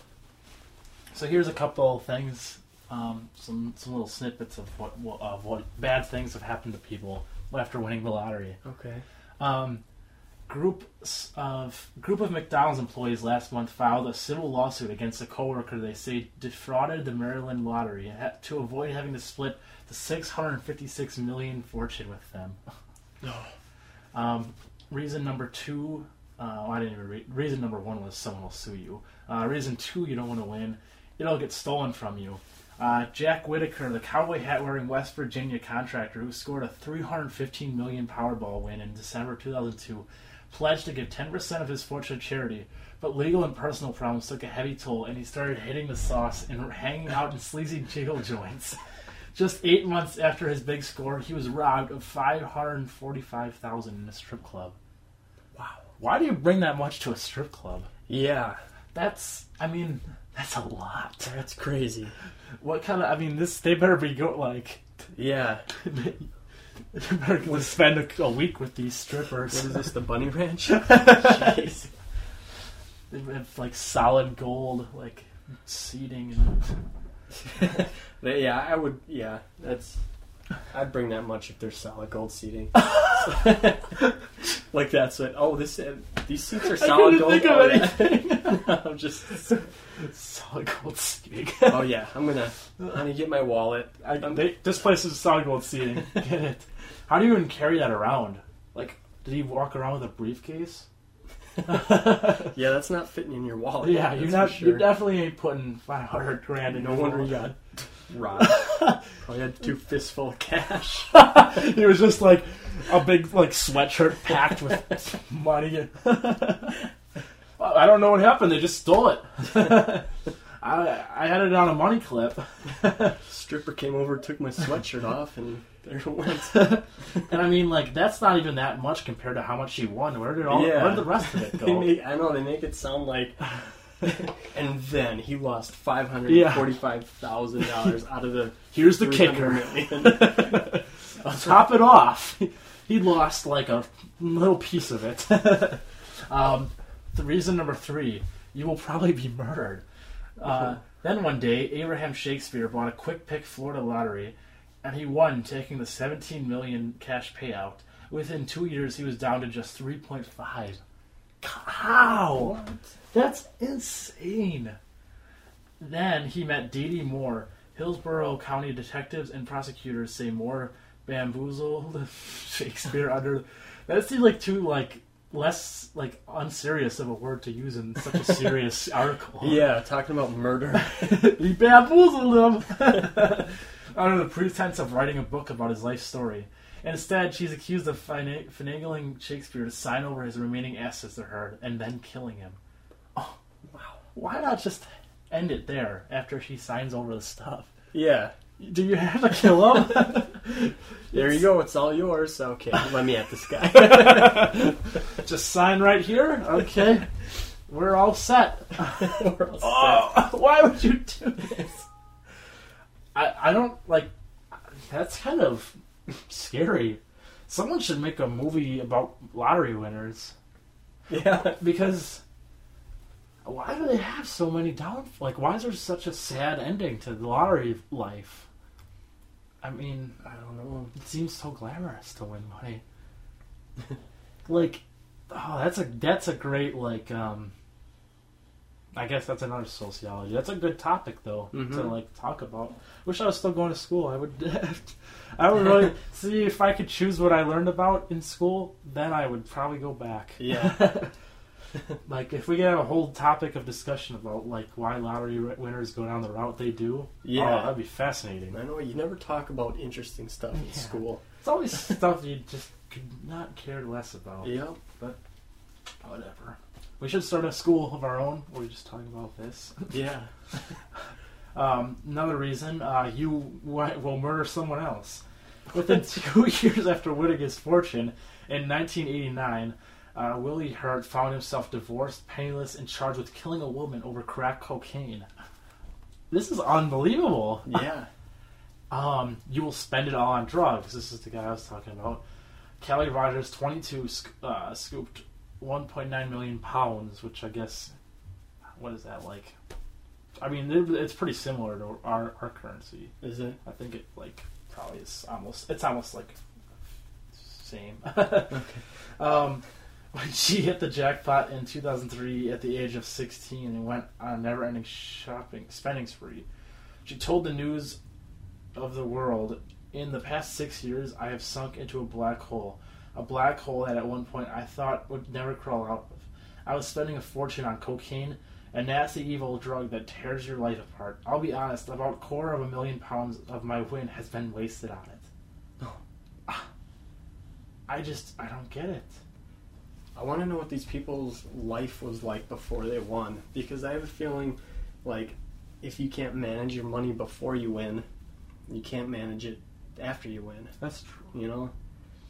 [SPEAKER 1] so here's a couple things, um, some some little snippets of what of what bad things have happened to people after winning the lottery.
[SPEAKER 2] Okay.
[SPEAKER 1] Um, group s- of group of McDonald's employees last month filed a civil lawsuit against a coworker they say defrauded the Maryland lottery ha- to avoid having to split the 656 million fortune with them.
[SPEAKER 2] No.
[SPEAKER 1] Um, reason number two. Uh, I didn't even read. Reason number one was someone will sue you. Uh, reason two, you don't want to win. It'll get stolen from you. Uh, Jack Whitaker, the cowboy hat wearing West Virginia contractor who scored a 315 million Powerball win in December 2002, pledged to give 10% of his fortune to charity, but legal and personal problems took a heavy toll and he started hitting the sauce and hanging out in sleazy jiggle joints. Just eight months after his big score, he was robbed of 545000 in a strip club.
[SPEAKER 2] Wow.
[SPEAKER 1] Why do you bring that much to a strip club?
[SPEAKER 2] Yeah.
[SPEAKER 1] That's, I mean, that's a lot.
[SPEAKER 2] That's crazy.
[SPEAKER 1] What kind of? I mean, this they better be go like
[SPEAKER 2] Yeah.
[SPEAKER 1] they better go spend a, a week with these
[SPEAKER 2] What
[SPEAKER 1] strippers.
[SPEAKER 2] is this, the bunny ranch? Jeez.
[SPEAKER 1] They have like solid gold, like seating. And,
[SPEAKER 2] But yeah, I would. Yeah, that's. I'd bring that much if there's solid gold seating. like that's what. Oh, this uh, these seats are solid gold.
[SPEAKER 1] think
[SPEAKER 2] oh,
[SPEAKER 1] of
[SPEAKER 2] yeah.
[SPEAKER 1] anything.
[SPEAKER 2] I'm just.
[SPEAKER 1] solid gold seating.
[SPEAKER 2] Oh yeah, I'm gonna. I'm gonna get my wallet.
[SPEAKER 1] I, they, this place is solid gold seating. Get it? How do you even carry that around? Like, did he walk around with a briefcase?
[SPEAKER 2] Yeah, that's not fitting in your wallet.
[SPEAKER 1] Oh, Yeah,
[SPEAKER 2] that's
[SPEAKER 1] you're
[SPEAKER 2] for
[SPEAKER 1] not.
[SPEAKER 2] Sure.
[SPEAKER 1] You definitely ain't putting five hundred grand in.
[SPEAKER 2] No
[SPEAKER 1] your
[SPEAKER 2] wonder you
[SPEAKER 1] wallet.
[SPEAKER 2] got robbed. Probably Oh, had two fistful of cash.
[SPEAKER 1] It was just like a big like sweatshirt packed with money. Well, I don't know what happened. They just stole it. I I had it on a money clip, and
[SPEAKER 2] Stripper came over, took my sweatshirt off, and there it went.
[SPEAKER 1] I mean like that's not even that much compared to how much she won. Where did all where did the rest of it
[SPEAKER 2] They
[SPEAKER 1] go?
[SPEAKER 2] make, I know they make it sound like. and then he lost five hundred and forty-five thousand dollars out of the
[SPEAKER 1] Here's the
[SPEAKER 2] 300
[SPEAKER 1] kicker.
[SPEAKER 2] million.
[SPEAKER 1] Top it off. He lost like a little piece of it. um, the reason number three, you will probably be murdered. Uh, then one day, Abraham Shakespeare bought a quick pick Florida lottery, and he won, taking the 17 million cash payout. Within two years, he was down to just 3.5. How? That's insane. Then he met Dee Dee Moore. Hillsborough County detectives and prosecutors say Moore bamboozled Shakespeare under. That seemed like too like less like unserious of a word to use in such a serious article.
[SPEAKER 2] yeah, talking about murder.
[SPEAKER 1] he bamboozled him under the pretense of writing a book about his life story. Instead, she's accused of fina- finagling Shakespeare to sign over his remaining assets to her and then killing him. Oh, wow. Why not just end it there after she signs over the stuff?
[SPEAKER 2] Yeah,
[SPEAKER 1] Do you have to kill him?
[SPEAKER 2] there you go. It's all yours. Okay, let me at this guy.
[SPEAKER 1] Just sign right here? Okay. We're all set.
[SPEAKER 2] We're all set.
[SPEAKER 1] Oh, why would you do this? I, I don't, like, that's kind of scary. Someone should make a movie about lottery winners.
[SPEAKER 2] Yeah,
[SPEAKER 1] Because why do they have so many down? Like, why is there such a sad ending to the lottery life? I mean,
[SPEAKER 2] I don't know.
[SPEAKER 1] It seems so glamorous to win money. like, oh, that's a that's a great like. um I guess that's another sociology. That's a good topic though to
[SPEAKER 2] Mhm.
[SPEAKER 1] like talk about. Wish I was still going to school. I would, I would really see if I could choose what I learned about in school. Then I would probably go back.
[SPEAKER 2] Yeah.
[SPEAKER 1] like if we could have a whole topic of discussion about like why lottery winners go down the route they do.
[SPEAKER 2] Yeah.
[SPEAKER 1] oh, that'd be fascinating.
[SPEAKER 2] I know you never talk about interesting stuff in
[SPEAKER 1] Yeah.
[SPEAKER 2] school.
[SPEAKER 1] It's always stuff you just could not care less about.
[SPEAKER 2] Yep.
[SPEAKER 1] Whatever. We should start a school of our own. We're just talking about this.
[SPEAKER 2] Yeah.
[SPEAKER 1] Um, another reason uh, you w- will murder someone else. Within two years after winning his fortune, in 1989, uh, Willie Hurt found himself divorced, penniless, and charged with killing a woman over crack cocaine. This is unbelievable.
[SPEAKER 2] Yeah.
[SPEAKER 1] Um, you will spend it all on drugs. This is the guy I was talking about. Kelly Rogers, 22, sc- uh, scooped 1.9 million pounds, which I guess, what is that like? I mean, it- it's pretty similar to our, our currency.
[SPEAKER 2] Is it?
[SPEAKER 1] I think it like probably is almost it's almost like same. um, when she hit the jackpot in 2003 at the age of 16 and went on a never-ending shopping spending spree, she told the news of the world, "In the past six years, I have sunk into a black hole, a black hole that at one point I thought would never crawl out of. I was spending a fortune on cocaine." a nasty evil drug that tears your life apart. I'll be honest, about a quarter of a million pounds of my win has been wasted on it. Ah. I just I don't get it.
[SPEAKER 2] I want to know what these people's life was like before they won because I have a feeling like if you can't manage your money before you win, you can't manage it after you win,
[SPEAKER 1] That's true.
[SPEAKER 2] you know?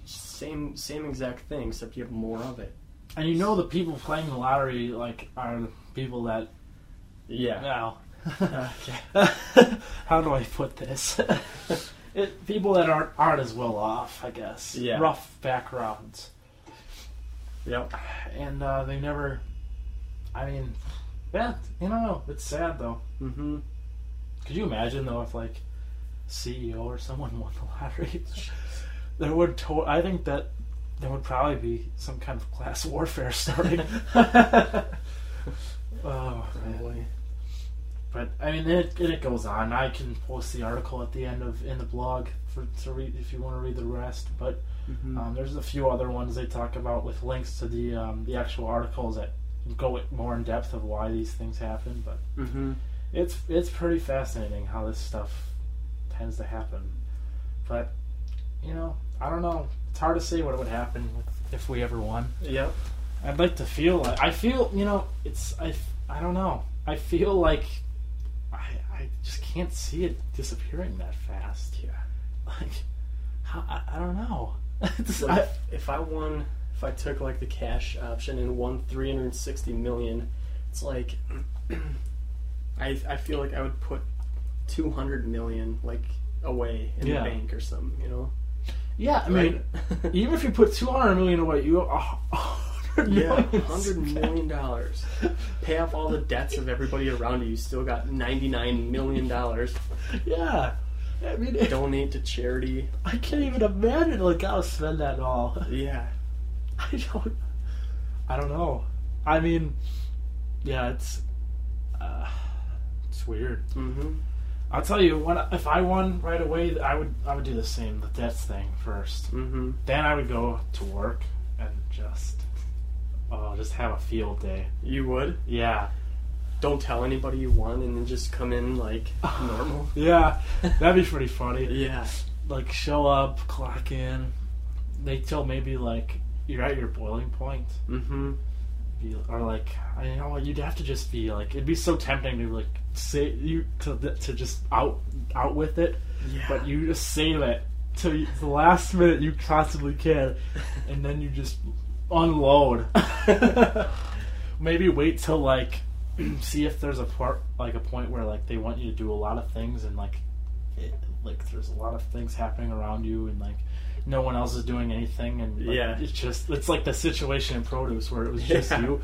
[SPEAKER 2] Same same exact thing except you have more of it.
[SPEAKER 1] And you know the people playing the lottery like are the people that
[SPEAKER 2] Yeah.
[SPEAKER 1] now. How do I put this? it, people that aren't aren't as well off, I guess.
[SPEAKER 2] Yeah.
[SPEAKER 1] Rough backgrounds.
[SPEAKER 2] Yep.
[SPEAKER 1] And uh, they never I mean yeah, you know, it's sad though.
[SPEAKER 2] Mm-hmm.
[SPEAKER 1] Could you imagine though if like CEO or someone won the lottery? there would to- I think that there would probably be some kind of class warfare starting. oh, man.
[SPEAKER 2] Probably.
[SPEAKER 1] but I mean it and it goes on. I can post the article at the end of in the blog for to read if you want to read the rest. But
[SPEAKER 2] Mm-hmm.
[SPEAKER 1] um, there's a few other ones they talk about with links to the um, the actual articles that go more in depth of why these things happen. But
[SPEAKER 2] mm-hmm.
[SPEAKER 1] it's it's pretty fascinating how this stuff tends to happen. But you know, I don't know. It's hard to say what would happen if we ever won.
[SPEAKER 2] Yep.
[SPEAKER 1] I'd like to feel like I feel. You know, it's I. I don't know. I feel like I just can't see it disappearing that fast.
[SPEAKER 2] Yeah.
[SPEAKER 1] Like, how, I, I don't know. It's-
[SPEAKER 2] Like,
[SPEAKER 1] I-
[SPEAKER 2] if I won, if I took like the cash option and won 360 million, it's like I I feel like I would put 200 million like away in
[SPEAKER 1] Yeah.
[SPEAKER 2] the bank or something, you know?
[SPEAKER 1] yeah, I mean,
[SPEAKER 2] Right?
[SPEAKER 1] even if you put two hundred million away, you are
[SPEAKER 2] yeah, 100 million dollars. Pay off all the debts of everybody around you. You still got 99 million dollars.
[SPEAKER 1] Yeah, I mean, it-
[SPEAKER 2] Donate to charity.
[SPEAKER 1] I can't even imagine like how to spend that all.
[SPEAKER 2] Yeah.
[SPEAKER 1] I don't. I don't know. I mean, yeah, it's uh, it's weird.
[SPEAKER 2] Mm-hmm.
[SPEAKER 1] I'll tell you, when, if I won right away, I would I would do the same, the debts thing first.
[SPEAKER 2] Mm-hmm.
[SPEAKER 1] Then I would go to work and just oh, just have a field day.
[SPEAKER 2] You would?
[SPEAKER 1] Yeah,
[SPEAKER 2] Don't tell anybody you won and then just come in like normal.
[SPEAKER 1] yeah, that'd be pretty funny.
[SPEAKER 2] Yeah.
[SPEAKER 1] Like show up, clock in. They till maybe like you're at your boiling point.
[SPEAKER 2] Mm-hmm.
[SPEAKER 1] be, or like I you know you'd have to just be like it'd be so tempting to like say you to to just out out with it,
[SPEAKER 2] Yeah.
[SPEAKER 1] but you just save it to the last minute you possibly can, and then you just unload. Maybe wait till like see if there's a part like a point where like they want you to do a lot of things and like it, like there's a lot of things happening around you and like no one else is doing anything and like,
[SPEAKER 2] Yeah.
[SPEAKER 1] it's just it's like the situation in produce where it was just
[SPEAKER 2] Yeah.
[SPEAKER 1] you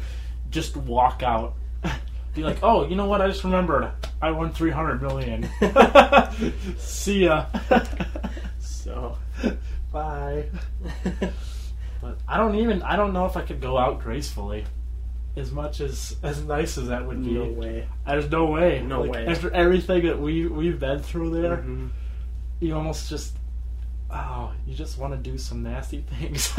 [SPEAKER 1] just walk out be like oh you know what i just remembered i won 300 million see ya
[SPEAKER 2] so.
[SPEAKER 1] bye but i don't even i don't know if i could go out gracefully as much as as nice as that would be
[SPEAKER 2] no way.
[SPEAKER 1] there's no way
[SPEAKER 2] No
[SPEAKER 1] Like,
[SPEAKER 2] way.
[SPEAKER 1] after everything that we we've been through there
[SPEAKER 2] Mhm.
[SPEAKER 1] you almost just oh you just want to do some nasty things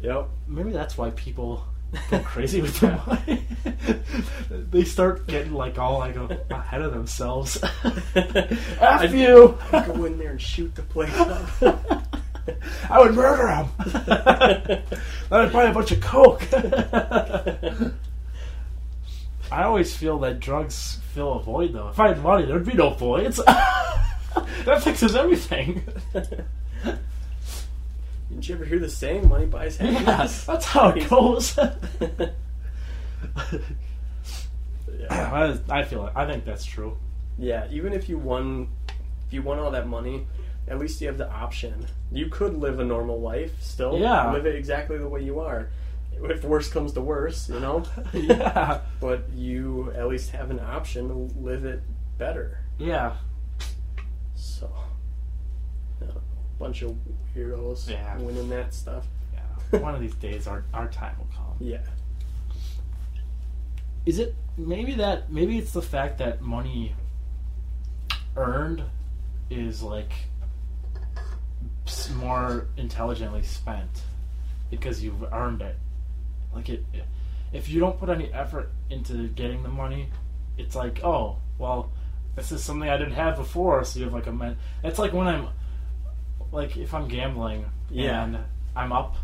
[SPEAKER 2] Yep.
[SPEAKER 1] maybe that's why people go crazy with their money they start getting like all like ahead of themselves
[SPEAKER 2] I'd-
[SPEAKER 1] F you
[SPEAKER 2] I'd go in there and shoot the place up.
[SPEAKER 1] I would murder him I'd buy a bunch of coke I always feel that drugs fill a void though if I had money there'd be no voids that fixes everything
[SPEAKER 2] Did you ever hear the saying, money buys happiness?
[SPEAKER 1] Yes, that's how it goes.
[SPEAKER 2] yeah.
[SPEAKER 1] I I feel it. I think that's true.
[SPEAKER 2] yeah, even if you won, if you won all that money, at least you have the option. You could live a normal life still.
[SPEAKER 1] Yeah.
[SPEAKER 2] Live it exactly the way you are. If worse comes to worse, you know?
[SPEAKER 1] yeah,
[SPEAKER 2] but you at least have an option to live it better.
[SPEAKER 1] yeah,
[SPEAKER 2] So, a bunch of weirdos
[SPEAKER 1] Yeah.
[SPEAKER 2] winning that stuff.
[SPEAKER 1] yeah. One of these days, our our time will come.
[SPEAKER 2] Yeah.
[SPEAKER 1] Is it maybe that maybe it's the fact that money earned is like s- more intelligently spent because you've earned it. Like it, if you don't put any effort into getting the money, it's like oh well, this is something I didn't have before. So you have like a man. It's like when I'm like if I'm gambling
[SPEAKER 2] Yeah.
[SPEAKER 1] and I'm up,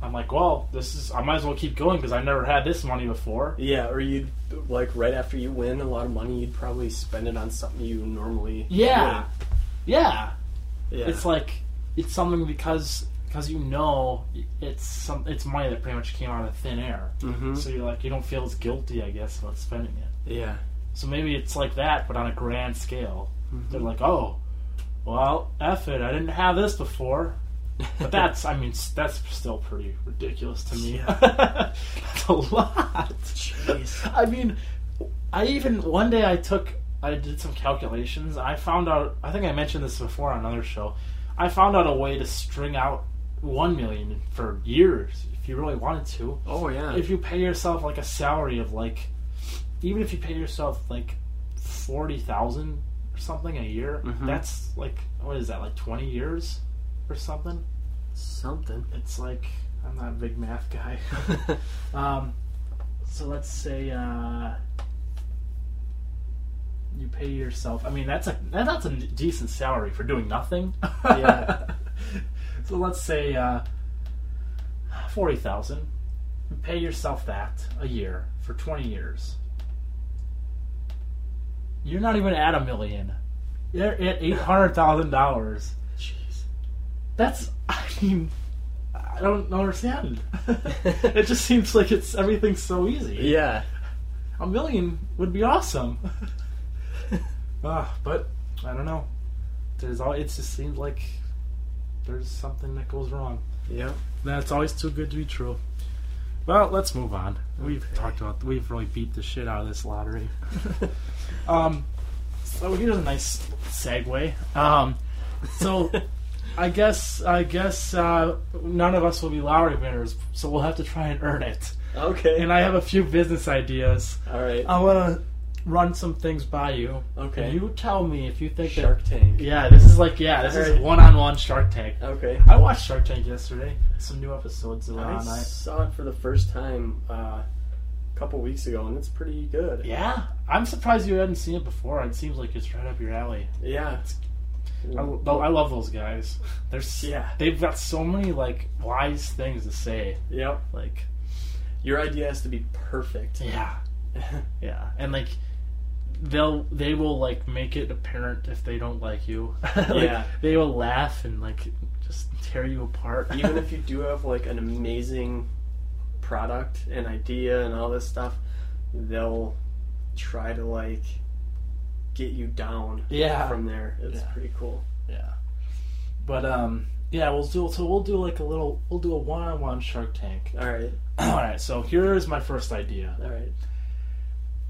[SPEAKER 1] I'm like well this is I might as well keep going because I never had this money before.
[SPEAKER 2] Yeah, or you'd, like, right after you win a lot of money, you'd probably spend it on something you normally
[SPEAKER 1] Yeah. Yeah.
[SPEAKER 2] wouldn't. Yeah.
[SPEAKER 1] It's like it's something because because you know it's some it's money that pretty much came out of thin air.
[SPEAKER 2] hmm
[SPEAKER 1] So you're like you don't feel as guilty, I guess, about spending it.
[SPEAKER 2] Yeah.
[SPEAKER 1] So maybe it's like that, but on a grand scale. They're like, oh, well, f it, I didn't have this before. But that's, I mean, s- that's still pretty ridiculous to me. that's a lot.
[SPEAKER 2] Jeez.
[SPEAKER 1] I mean, I even one day I took I did some calculations. I found out I think I mentioned this before on another show. I found out a way to string out one million for years if you really wanted to.
[SPEAKER 2] Oh, yeah.
[SPEAKER 1] If you pay yourself like a salary of like, even if you pay yourself like forty thousand or something a year,
[SPEAKER 2] Mhm.
[SPEAKER 1] that's like what is that like twenty years or something?
[SPEAKER 2] something.
[SPEAKER 1] It's like I'm not a big math guy. Um, so let's say uh, you pay yourself. I mean, that's a that- that's a decent salary for doing nothing.
[SPEAKER 2] Yeah.
[SPEAKER 1] so let's say uh, forty thousand. You pay yourself that a year for twenty years. You're not even at a million. You're at eight hundred thousand dollars.
[SPEAKER 2] Jeez.
[SPEAKER 1] That's. I mean, I don't understand. it just seems like it's everything's so easy.
[SPEAKER 2] Yeah.
[SPEAKER 1] A million would be awesome. Ah, but I don't know. There's all. It just seems like there's something that goes wrong.
[SPEAKER 2] Yeah.
[SPEAKER 1] That's always too good to be true. Well, let's move on. We've
[SPEAKER 2] Okay.
[SPEAKER 1] talked about. We've really beat the shit out of this lottery. Um, so here's a nice segue. Um, so I guess I guess uh, none of us will be lottery winners, so we'll have to try and earn it.
[SPEAKER 2] okay.
[SPEAKER 1] And I have a few business ideas.
[SPEAKER 2] All right.
[SPEAKER 1] I want to run some things by you.
[SPEAKER 2] Okay.
[SPEAKER 1] And you tell me if you think
[SPEAKER 2] Shark Tank.
[SPEAKER 1] that. Yeah, this is like yeah, this is
[SPEAKER 2] Alright.
[SPEAKER 1] one-on-one Shark Tank.
[SPEAKER 2] Okay.
[SPEAKER 1] I watched Shark Tank yesterday. Some new episodes are
[SPEAKER 2] I
[SPEAKER 1] on. I,
[SPEAKER 2] saw it for the first time uh, a couple weeks ago, and it's pretty good.
[SPEAKER 1] yeah, I'm surprised you hadn't seen it before. It seems like it's right up your alley.
[SPEAKER 2] Yeah. Mm. It's,
[SPEAKER 1] I, lo- Oh, I love those guys. They're s-
[SPEAKER 2] Yeah.
[SPEAKER 1] They've got so many like wise things to say.
[SPEAKER 2] Yep.
[SPEAKER 1] Like
[SPEAKER 2] Your idea has to be perfect.
[SPEAKER 1] yeah, yeah, and like they'll they will like make it apparent if they don't like you. Like,
[SPEAKER 2] Yeah.
[SPEAKER 1] they will laugh and like just tear you apart.
[SPEAKER 2] Even if you do have like an amazing product and idea and all this stuff, they'll try to like get you down
[SPEAKER 1] yeah,
[SPEAKER 2] from there. It's
[SPEAKER 1] Yeah.
[SPEAKER 2] pretty cool.
[SPEAKER 1] yeah, but um. Yeah, we'll do so. We'll do like a little. We'll do a one-on-one Shark Tank.
[SPEAKER 2] All right.
[SPEAKER 1] All right. So here is my first idea.
[SPEAKER 2] All right.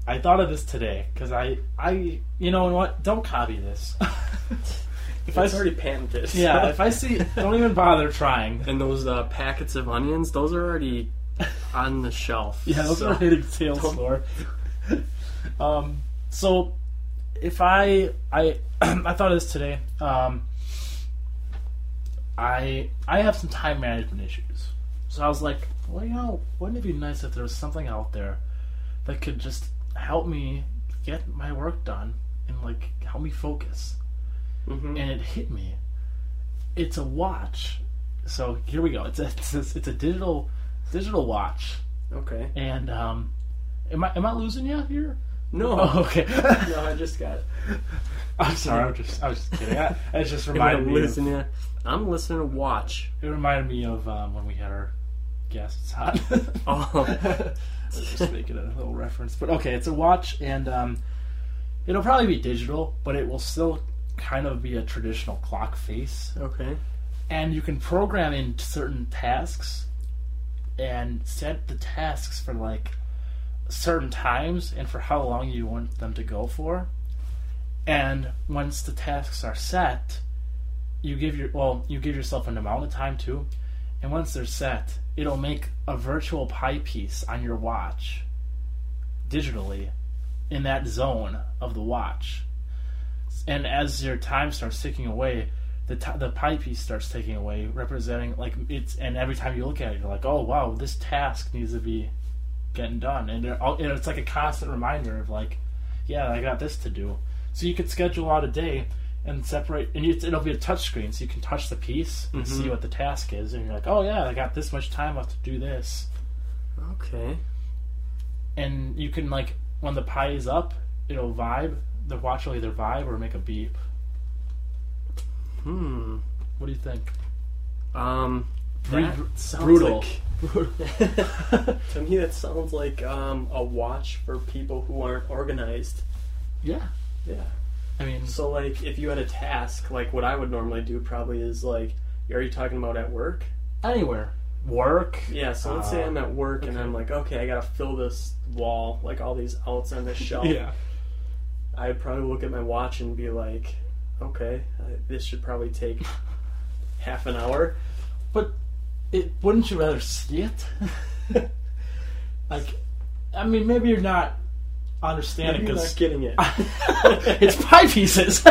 [SPEAKER 1] I thought of this today because I, I, you know what? Don't copy this. if I,
[SPEAKER 2] It's already patented.
[SPEAKER 1] yeah, if I see, don't even bother trying.
[SPEAKER 2] And those uh, packets of onions, those are already on the shelf.
[SPEAKER 1] Yeah, those
[SPEAKER 2] so-
[SPEAKER 1] are hitting sales
[SPEAKER 2] Don't-
[SPEAKER 1] floor. um, so if I, I, I thought of this today. Um, I, I have some time management issues, so I was like, well, you know, wouldn't it be nice if there was something out there that could just help me get my work done and like help me focus.
[SPEAKER 2] Mhm.
[SPEAKER 1] and it hit me. It's a watch. So here we go. It's a it's a, it's a digital digital watch.
[SPEAKER 2] Okay.
[SPEAKER 1] And um, am I am I losing you here?
[SPEAKER 2] No.
[SPEAKER 1] Oh, okay.
[SPEAKER 2] No, I just got it.
[SPEAKER 1] I'm sorry. I'm just I was just kidding. I, it just
[SPEAKER 2] I'm
[SPEAKER 1] reminded me. Of,
[SPEAKER 2] listening. To, I'm listening to Watch.
[SPEAKER 1] it reminded me of um, when we had our guest. It's hot.
[SPEAKER 2] Oh.
[SPEAKER 1] I was just making a little reference. But okay, it's a watch, and um, it'll probably be digital, but it will still kind of be a traditional clock face.
[SPEAKER 2] Okay.
[SPEAKER 1] and you can program in certain tasks and set the tasks for like certain times and for how long you want them to go for and once the tasks are set you give your well you give yourself an amount of time too and once they're set it'll make a virtual pie piece on your watch digitally in that zone of the watch and as your time starts ticking away the t- the pie piece starts taking away, representing like it's. And every time you look at it, you're like, oh wow, this task needs to be getting done, and, they're all, and it's like a constant reminder of like, yeah, I got this to do. So you could schedule out a day and separate, and it's, it'll be a touch screen, so you can touch the piece and
[SPEAKER 2] Mhm.
[SPEAKER 1] see what the task is, and you're like, oh yeah, I got this much time left to do this,
[SPEAKER 2] Okay.
[SPEAKER 1] and you can like when the pie is up, it'll vibe. The watch will either vibe or make a beep.
[SPEAKER 2] Hmm.
[SPEAKER 1] What do you think?
[SPEAKER 2] Um.
[SPEAKER 1] Very
[SPEAKER 2] That
[SPEAKER 1] br-
[SPEAKER 2] sounds
[SPEAKER 1] brutal.
[SPEAKER 2] Like, to me, that sounds like um, a watch for people who aren't organized.
[SPEAKER 1] Yeah.
[SPEAKER 2] Yeah.
[SPEAKER 1] I mean,
[SPEAKER 2] So, like, if you had a task, like what I would normally do, probably is like, are you talking about at work?
[SPEAKER 1] anywhere. Work.
[SPEAKER 2] Yeah, so let's say
[SPEAKER 1] Uh,
[SPEAKER 2] I'm at work and
[SPEAKER 1] okay.
[SPEAKER 2] I'm like, Ah, okay, I gotta fill this wall, like all these outs on this shelf. I'd probably look at my watch and be like, okay, uh, this should probably take half an hour.
[SPEAKER 1] But it wouldn't you rather see it? like, I mean, maybe you're not understanding
[SPEAKER 2] Maybe you're
[SPEAKER 1] because
[SPEAKER 2] not getting it.
[SPEAKER 1] it's pie pieces.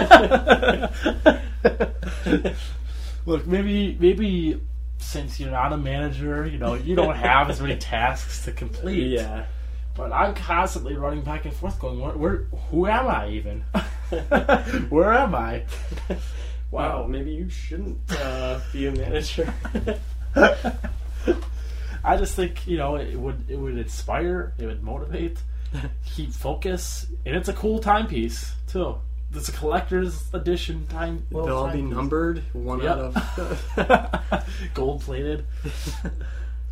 [SPEAKER 1] Look, maybe maybe since you're not a manager, you know you don't have as many tasks to complete.
[SPEAKER 2] yeah.
[SPEAKER 1] But I'm constantly running back and forth, going, where, where who am I even? where am I?
[SPEAKER 2] Wow, maybe you shouldn't uh, be a manager.
[SPEAKER 1] I just think you know it would it would inspire, it would motivate, Keep focus, and it's a cool timepiece too. It's a collector's edition time.
[SPEAKER 2] They'll
[SPEAKER 1] little
[SPEAKER 2] all be
[SPEAKER 1] timepiece.
[SPEAKER 2] numbered one
[SPEAKER 1] Yep.
[SPEAKER 2] out of.
[SPEAKER 1] Gold plated.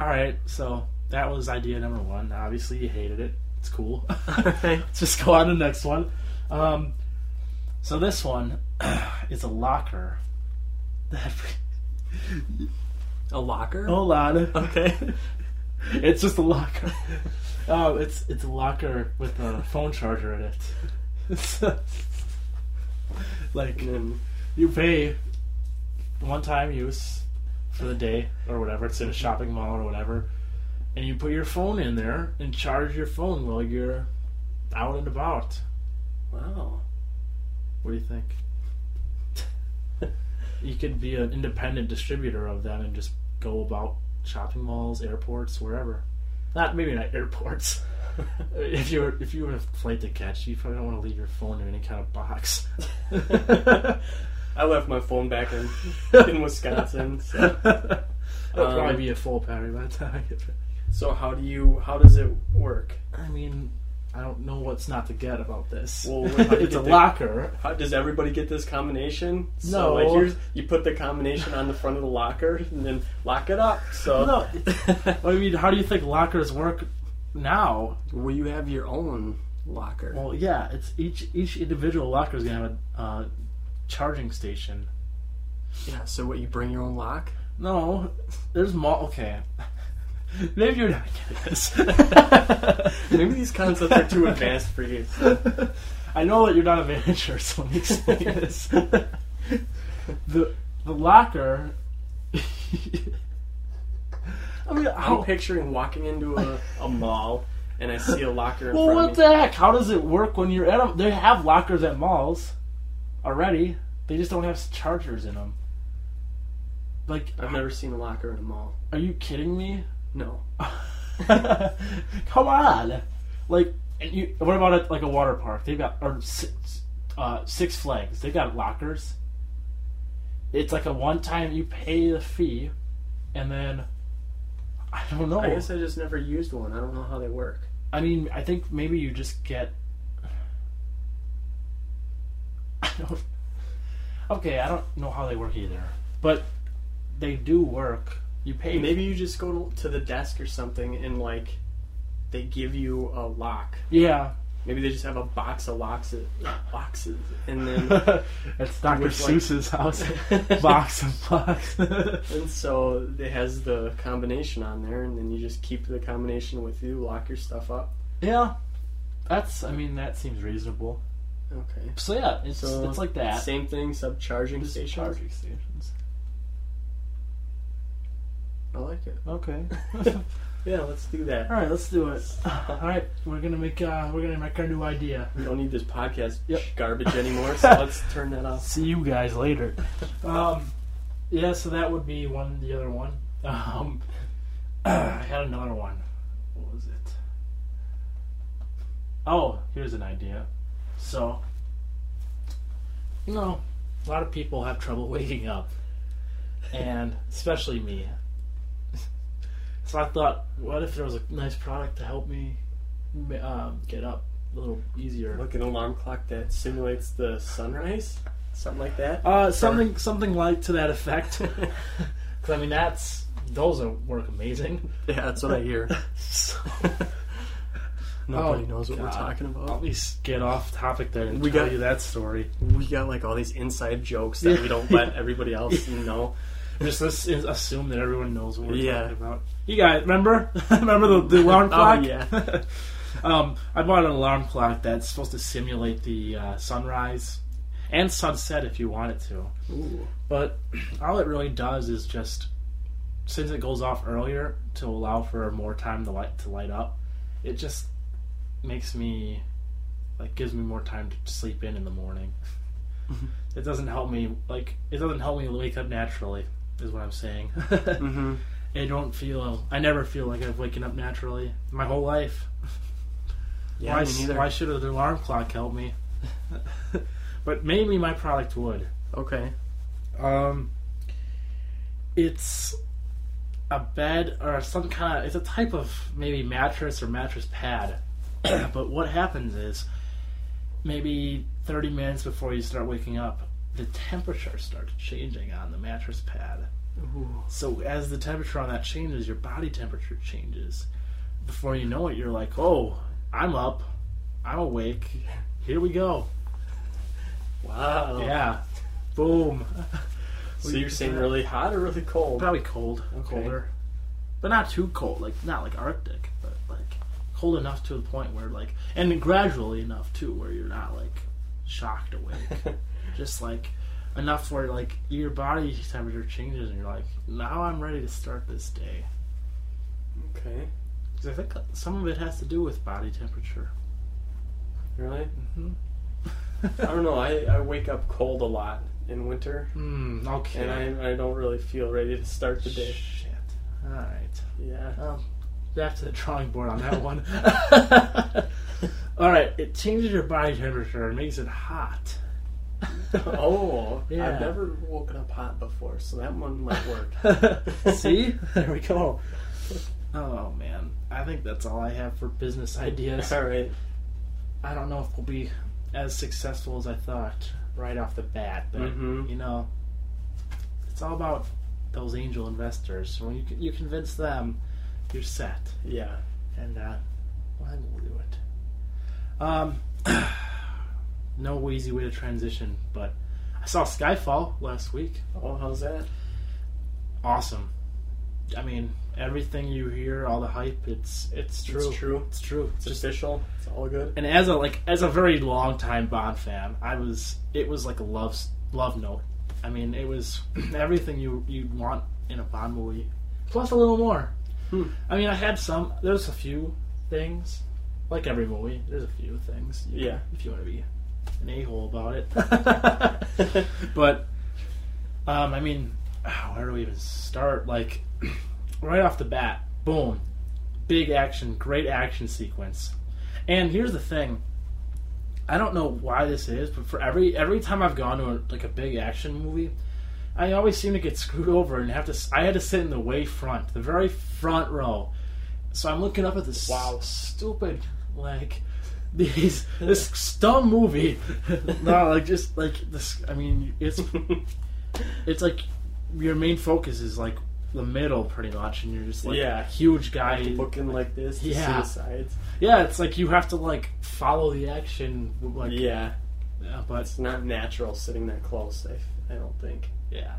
[SPEAKER 1] All right, so that was idea number one. Obviously, you hated it. It's cool. Let's just go on to the next one. Um, so this one is a locker. That
[SPEAKER 2] a locker.
[SPEAKER 1] hold on,
[SPEAKER 2] Okay.
[SPEAKER 1] it's just a locker. Oh, it's it's a locker with a phone charger in it. like
[SPEAKER 2] And then
[SPEAKER 1] you pay one time use for the day or whatever. It's in a shopping mall or whatever, and you put your phone in there and charge your phone while you're out and about.
[SPEAKER 2] wow.
[SPEAKER 1] What do you think? you could be an independent distributor of that and just go about shopping malls, airports, wherever. Not maybe not airports. if you were if you were a flight to catch, you probably don't want to leave your phone in any kind of box.
[SPEAKER 2] I left my phone back in in Wisconsin. So,
[SPEAKER 1] It'll
[SPEAKER 2] Um,
[SPEAKER 1] probably be a full battery by the time I get back.
[SPEAKER 2] so how do you? How does it work?
[SPEAKER 1] I mean, I don't know what's not to get about this.
[SPEAKER 2] Well, when I
[SPEAKER 1] it's a
[SPEAKER 2] get the-
[SPEAKER 1] locker.
[SPEAKER 2] How, does everybody get this combination?
[SPEAKER 1] No.
[SPEAKER 2] So like here's you put the combination on the front of the locker and then lock it up. So
[SPEAKER 1] No. I mean, how do you think lockers work now?
[SPEAKER 2] Well, you have your own locker.
[SPEAKER 1] Well, yeah, it's each each individual locker is gonna have a uh, charging station.
[SPEAKER 2] yeah. So what? You bring your own lock?
[SPEAKER 1] No, there's mall. Okay, maybe you're not getting this.
[SPEAKER 2] Maybe these concepts are too advanced for you.
[SPEAKER 1] I know that you're not a manager, so let me explain this. the the locker. I mean,
[SPEAKER 2] I'm
[SPEAKER 1] how,
[SPEAKER 2] picturing walking into a, a mall and I see a locker in
[SPEAKER 1] well,
[SPEAKER 2] front
[SPEAKER 1] what
[SPEAKER 2] of me.
[SPEAKER 1] the heck? How does it work when you're at a? They have lockers at malls already. They just don't have chargers in them. Like
[SPEAKER 2] I've never seen a locker in a mall.
[SPEAKER 1] Are you kidding me?
[SPEAKER 2] No.
[SPEAKER 1] Come on, like, and you. What about a, like a water park? They've got or six, uh, Six Flags. They got lockers. It's like a one-time you pay the fee, and then I don't know.
[SPEAKER 2] I guess I just never used one. I don't know how they work.
[SPEAKER 1] I mean, I think maybe you just get. I don't. Okay, I don't know how they work either, but they do work. You pay
[SPEAKER 2] Maybe you just go to, to the desk or something and like they give you a lock.
[SPEAKER 1] Yeah,
[SPEAKER 2] Maybe they just have a box of locks, boxes, and then
[SPEAKER 1] That's Dr.
[SPEAKER 2] With, like-
[SPEAKER 1] Seuss's house. box of box.
[SPEAKER 2] and so it has the combination on there, and then you just keep the combination with you, lock your stuff up.
[SPEAKER 1] yeah. That's I mean that seems reasonable.
[SPEAKER 2] Okay.
[SPEAKER 1] So yeah, it's
[SPEAKER 2] So
[SPEAKER 1] it's like that.
[SPEAKER 2] Same thing, sub charging
[SPEAKER 1] Just
[SPEAKER 2] station.
[SPEAKER 1] charging stations.
[SPEAKER 2] I like it.
[SPEAKER 1] Okay.
[SPEAKER 2] Yeah, let's do that.
[SPEAKER 1] All right, let's do it. All right, we're gonna make uh, we're gonna make our new idea.
[SPEAKER 2] We don't need this podcast
[SPEAKER 1] Yep.
[SPEAKER 2] garbage anymore, so let's turn that off.
[SPEAKER 1] See you guys later. Um, yeah, so that would be one. The other one. Um, I had another one. What was it? Oh, here's an idea. So, you know, a lot of people have trouble waking up, and especially me. So I thought, what if there was a nice product to help me ma- um, get up a little easier?
[SPEAKER 2] Like an alarm clock that simulates the sunrise, Oh. something like that.
[SPEAKER 1] Uh, something something like to that effect. 'Cause, I mean, that's those are work amazing.
[SPEAKER 2] Yeah, that's what I hear.
[SPEAKER 1] So,
[SPEAKER 2] Nobody
[SPEAKER 1] Oh,
[SPEAKER 2] knows what we're
[SPEAKER 1] God.
[SPEAKER 2] talking
[SPEAKER 1] let
[SPEAKER 2] about.
[SPEAKER 1] me s- get off topic there and
[SPEAKER 2] We
[SPEAKER 1] tell
[SPEAKER 2] got-
[SPEAKER 1] you that story.
[SPEAKER 2] We got like all these inside jokes that we don't let everybody else know.
[SPEAKER 1] Just let's is- assume that everyone knows what we're
[SPEAKER 2] Yeah.
[SPEAKER 1] talking about. You guys remember? remember the, the alarm clock?
[SPEAKER 2] Oh yeah.
[SPEAKER 1] Um, I bought an alarm clock that's supposed to simulate the uh, sunrise and sunset if you want it to.
[SPEAKER 2] Ooh.
[SPEAKER 1] But all it really does is just since it goes off earlier to allow for more time to light to light up, it just makes me like gives me more time to sleep in in the morning.
[SPEAKER 2] Mm-hmm.
[SPEAKER 1] it doesn't help me like it doesn't help me wake up naturally is what I'm saying.
[SPEAKER 2] Mm-hmm.
[SPEAKER 1] I don't feel I never feel like I've waken up naturally my whole life.
[SPEAKER 2] Yeah,
[SPEAKER 1] why,
[SPEAKER 2] me
[SPEAKER 1] s-
[SPEAKER 2] neither.
[SPEAKER 1] why should an alarm clock help me? but maybe my product would.
[SPEAKER 2] Okay.
[SPEAKER 1] Um, it's a bed or some kind of it's a type of maybe mattress or mattress pad but what happens is maybe 30 minutes before you start waking up, the temperature starts changing on the mattress pad. So as the temperature on that changes, your body temperature changes. Before you know it, you're like, "Oh, I'm up. I'm awake. Here we go."
[SPEAKER 2] Wow.
[SPEAKER 1] Yeah. Boom.
[SPEAKER 2] Oh. So you're saying really hot or really cold?
[SPEAKER 1] Probably cold,
[SPEAKER 2] Okay.
[SPEAKER 1] colder, but not too cold. Like not like Arctic, but like cold enough to the point where like, and gradually enough too, where you're not like shocked awake. Just like enough where like your body temperature changes, and you're like, now I'm ready to start this day.
[SPEAKER 2] Okay.
[SPEAKER 1] 'Cause I think some of it has to do with body temperature.
[SPEAKER 2] Really?
[SPEAKER 1] Mm-hmm.
[SPEAKER 2] I don't know. I, I wake up cold a lot in winter,
[SPEAKER 1] Hmm. Okay.
[SPEAKER 2] and I, I don't really feel ready to start the day.
[SPEAKER 1] Shit. All right.
[SPEAKER 2] Yeah.
[SPEAKER 1] Um, back to the drawing board on that one. All right, it changes your body temperature and makes it hot.
[SPEAKER 2] Oh,
[SPEAKER 1] Yeah.
[SPEAKER 2] I've never woken up hot before, so that one might work.
[SPEAKER 1] See, there we go. Oh man, I think that's all I have for business ideas.
[SPEAKER 2] All right.
[SPEAKER 1] I don't know if we'll be as successful as I thought right off the bat, but
[SPEAKER 2] Mhm.
[SPEAKER 1] you know, it's all about those angel investors. When you you convince them, you're set.
[SPEAKER 2] Yeah.
[SPEAKER 1] and uh, I think we'll do it. Um, no easy way to transition, but I saw Skyfall last week.
[SPEAKER 2] Oh, how's that?
[SPEAKER 1] Awesome. I mean, everything you hear, all the hype, it's it's true.
[SPEAKER 2] It's true.
[SPEAKER 1] It's true.
[SPEAKER 2] It's
[SPEAKER 1] Just
[SPEAKER 2] official. It's all good.
[SPEAKER 1] and as a like as a very long time Bond fan, I was it was like a love s- love note. I mean, it was everything you you'd want in a Bond movie, plus a little more.
[SPEAKER 2] Hmm.
[SPEAKER 1] I mean, I had some. There's a few things, like every movie. There's a few things. you
[SPEAKER 2] Yeah.
[SPEAKER 1] if you want to be an a hole about it. but um, I mean, ah, where do we even start? Like right off the bat, boom, big action, great action sequence. And here's the thing. I don't know why this is, but for every every time I've gone to a, like a big action movie, I always seem to get screwed over and have to. s- I had to sit in the way front, the very front row. So I'm looking up at this
[SPEAKER 2] Wow.
[SPEAKER 1] stupid like these this dumb movie. no, like just like this. I mean, it's it's like your main focus is like the middle pretty much, and you're just like
[SPEAKER 2] Yeah.
[SPEAKER 1] a huge guy.
[SPEAKER 2] Booking like this, to
[SPEAKER 1] Yeah.
[SPEAKER 2] suicides.
[SPEAKER 1] Yeah, it's like you have to like follow the action. Like
[SPEAKER 2] yeah,
[SPEAKER 1] yeah, but
[SPEAKER 2] it's not natural sitting that close. I, f- I don't think.
[SPEAKER 1] Yeah.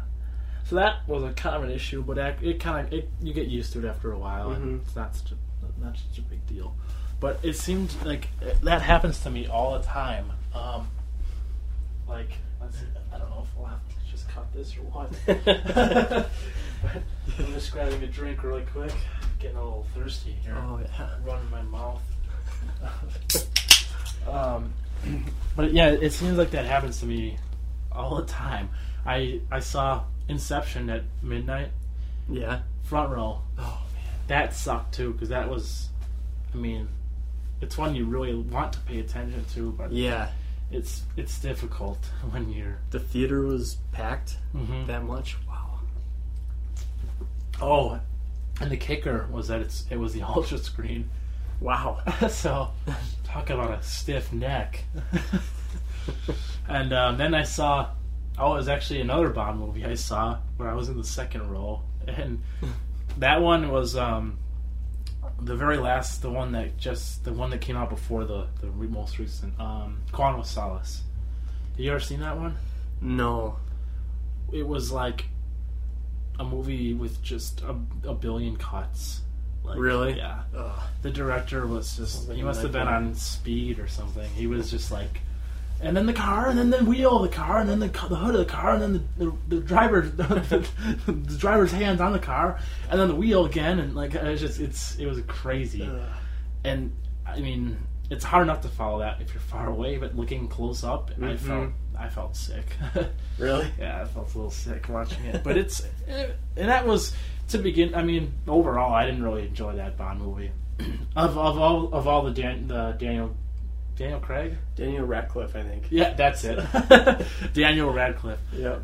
[SPEAKER 1] So that was a kind of an issue, but ac- it kind of it, you get used to it after a while, and
[SPEAKER 2] Mhm.
[SPEAKER 1] it's not such a not such a big deal. But it seemed like it, that happens to me all the time. Um, like let's, I don't know if we'll have to just cut this or what. but I'm just grabbing a drink really quick, getting a little thirsty here,
[SPEAKER 2] yeah.
[SPEAKER 1] running my mouth. Um, but yeah, it seems like that happens to me all the time. I I saw Inception at midnight
[SPEAKER 2] Yeah.
[SPEAKER 1] front row.
[SPEAKER 2] Oh man.
[SPEAKER 1] That sucked too because that was, I mean, it's one you really want to pay attention to, but
[SPEAKER 2] Yeah,
[SPEAKER 1] it's it's difficult when you're.
[SPEAKER 2] the theater was packed
[SPEAKER 1] Mm-hmm.
[SPEAKER 2] that much. Wow.
[SPEAKER 1] Oh, and the kicker was that it's it was the ultra screen,
[SPEAKER 2] Wow.
[SPEAKER 1] so talk about a stiff neck. And um, then I saw, oh, it was actually another Bond movie I saw where I was in the second row, and that one was um, the very last, the one that just the one that came out before the the re- most recent um, Quan with Solace. Have you ever seen that one?
[SPEAKER 2] no.
[SPEAKER 1] It was like a movie with just a, a billion cuts. Like,
[SPEAKER 2] Really?
[SPEAKER 1] Yeah
[SPEAKER 2] Ugh.
[SPEAKER 1] the director was just
[SPEAKER 2] Sounds like
[SPEAKER 1] he
[SPEAKER 2] a
[SPEAKER 1] must have been
[SPEAKER 2] nightmare.
[SPEAKER 1] on speed or something he was just like and then the car and then the wheel of the car and then the, ca- the hood of the car and then the, the, the driver the, driver's hands on the car and then the wheel again and like it's just it's it was crazy
[SPEAKER 2] Ugh.
[SPEAKER 1] and i mean it's hard enough to follow that if you're far away but looking close up i
[SPEAKER 2] Mhm.
[SPEAKER 1] felt i felt sick
[SPEAKER 2] Really?
[SPEAKER 1] yeah, I felt a little sick watching it, but it's eh, and that was to begin. I mean, overall, I didn't really enjoy that Bond movie. of of all of all the Dan, the Daniel Daniel Craig,
[SPEAKER 2] Daniel Radcliffe, I think.
[SPEAKER 1] yeah, that's it, Daniel Radcliffe.
[SPEAKER 2] Yep.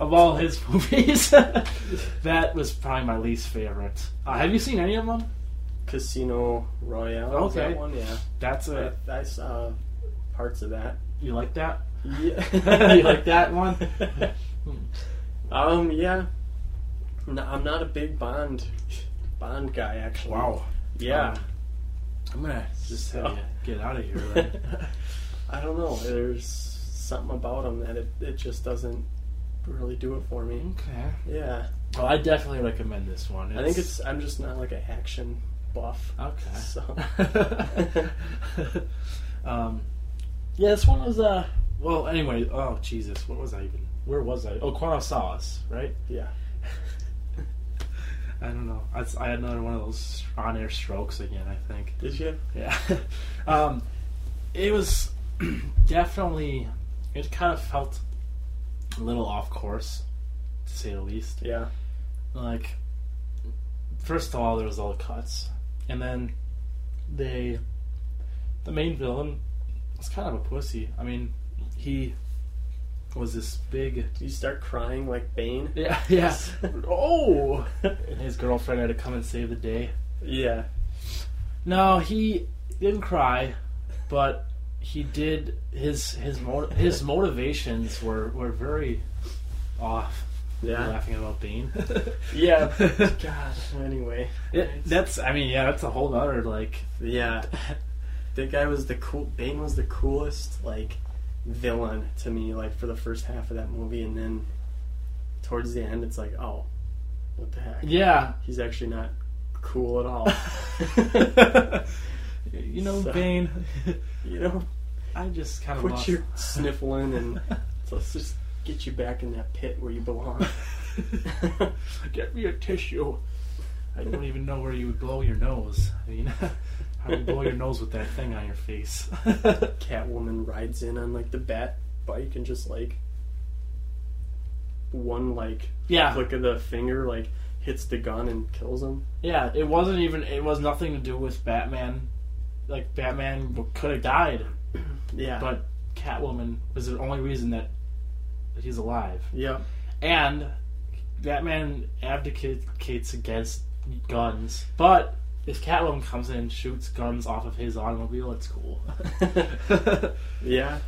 [SPEAKER 1] of all his movies, that was probably my least favorite. Uh, have you seen any of them?
[SPEAKER 2] Casino Royale. is
[SPEAKER 1] Okay.
[SPEAKER 2] that one, yeah.
[SPEAKER 1] That's a.
[SPEAKER 2] I, I saw parts of that.
[SPEAKER 1] You like that?
[SPEAKER 2] Yeah,
[SPEAKER 1] you like that one?
[SPEAKER 2] um, yeah. No, I'm not a big Bond Bond guy, actually. Yeah.
[SPEAKER 1] Um, I'm gonna just have
[SPEAKER 2] So-
[SPEAKER 1] you get out of here. Then.
[SPEAKER 2] I don't know. There's something about him that it, it just doesn't really do it for me.
[SPEAKER 1] okay.
[SPEAKER 2] Yeah.
[SPEAKER 1] Well, I definitely recommend this one.
[SPEAKER 2] I think it's. I'm just not like an action buff.
[SPEAKER 1] Okay.
[SPEAKER 2] So.
[SPEAKER 1] um, yeah, this one was uh. Well, anyway, oh Jesus, what was I even? Where was I? Oh, Quantum Solace, right?
[SPEAKER 2] Yeah.
[SPEAKER 1] I don't know. I, I had another one of those on-air strokes again. I think.
[SPEAKER 2] Did you?
[SPEAKER 1] Yeah. um, it was definitely. It kind of felt a little off course, to say the least.
[SPEAKER 2] Yeah.
[SPEAKER 1] Like, first of all, there was all the cuts, and then they, the main villain, was kind of a pussy. I mean, he was this big.
[SPEAKER 2] Did you start crying like Bane?
[SPEAKER 1] Yeah. Yeah. oh. And his girlfriend had to come and save the day.
[SPEAKER 2] Yeah.
[SPEAKER 1] No, he didn't cry, but he did. His his mo- his motivations were were very off. You're
[SPEAKER 2] Yeah.
[SPEAKER 1] Laughing about Bane.
[SPEAKER 2] Yeah. God. Anyway.
[SPEAKER 1] It- that's. I mean, yeah, that's a whole other like.
[SPEAKER 2] Yeah. That guy was the cool. Bane was the coolest, like, villain to me, like, for the first half of that movie. And then towards the end, it's like, oh, what the heck?
[SPEAKER 1] Yeah.
[SPEAKER 2] He's actually not cool at all.
[SPEAKER 1] you know,
[SPEAKER 2] So-
[SPEAKER 1] Bane.
[SPEAKER 2] you know?
[SPEAKER 1] I just kind of
[SPEAKER 2] Quit
[SPEAKER 1] lost.
[SPEAKER 2] your sniffling and let's just get you back in that pit where you belong.
[SPEAKER 1] Get me a tissue. I don't even know where you would blow your nose. I mean, how do you blow your nose with that thing on your face?
[SPEAKER 2] Catwoman rides in on like the bat bike and just like one like
[SPEAKER 1] yeah.
[SPEAKER 2] flick of the finger like hits the gun and kills him.
[SPEAKER 1] Yeah, it wasn't even. It was nothing to do with Batman. Like Batman could have died,
[SPEAKER 2] Yeah.
[SPEAKER 1] but Catwoman was the only reason that that he's alive.
[SPEAKER 2] yeah.
[SPEAKER 1] And Batman abdicates against guns, but if Catwoman comes in and shoots guns off of his automobile, it's cool.
[SPEAKER 2] Yeah.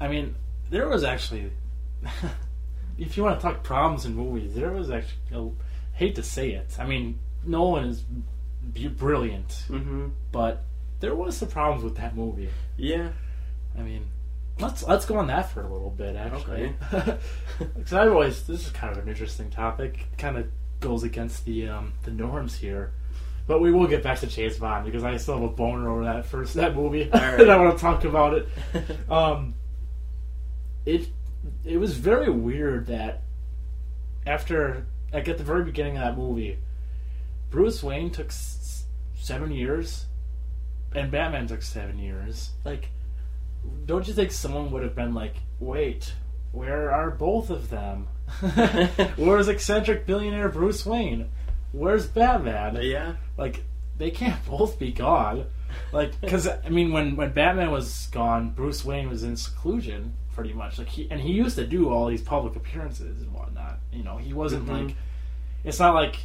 [SPEAKER 1] I mean, there was actually, if you want to talk problems in movies, there was actually. I hate to say it. I mean, Nolan is b- brilliant
[SPEAKER 2] Mhm.
[SPEAKER 1] but there was some problems with that movie.
[SPEAKER 2] Yeah.
[SPEAKER 1] I mean, let's let's go on that for a little bit, actually, because I always this is kind of an interesting topic. Kind of goes against the um, the norms here, but we will get back to Chase Bond because I still have a boner over that first that movie,
[SPEAKER 2] right.
[SPEAKER 1] and I want to talk about it. Um, it it was very weird that after like at the very beginning of that movie, Bruce Wayne took s- s- seven years, and Batman took seven years. Like, don't you think someone would have been like, wait? Where are both of them? Where's eccentric billionaire Bruce Wayne? Where's Batman?
[SPEAKER 2] yeah.
[SPEAKER 1] like they can't both be gone like because i mean when when batman was gone bruce wayne was in seclusion pretty much like he and he used to do all these public appearances and whatnot you know he wasn't
[SPEAKER 2] Mhm.
[SPEAKER 1] like it's not like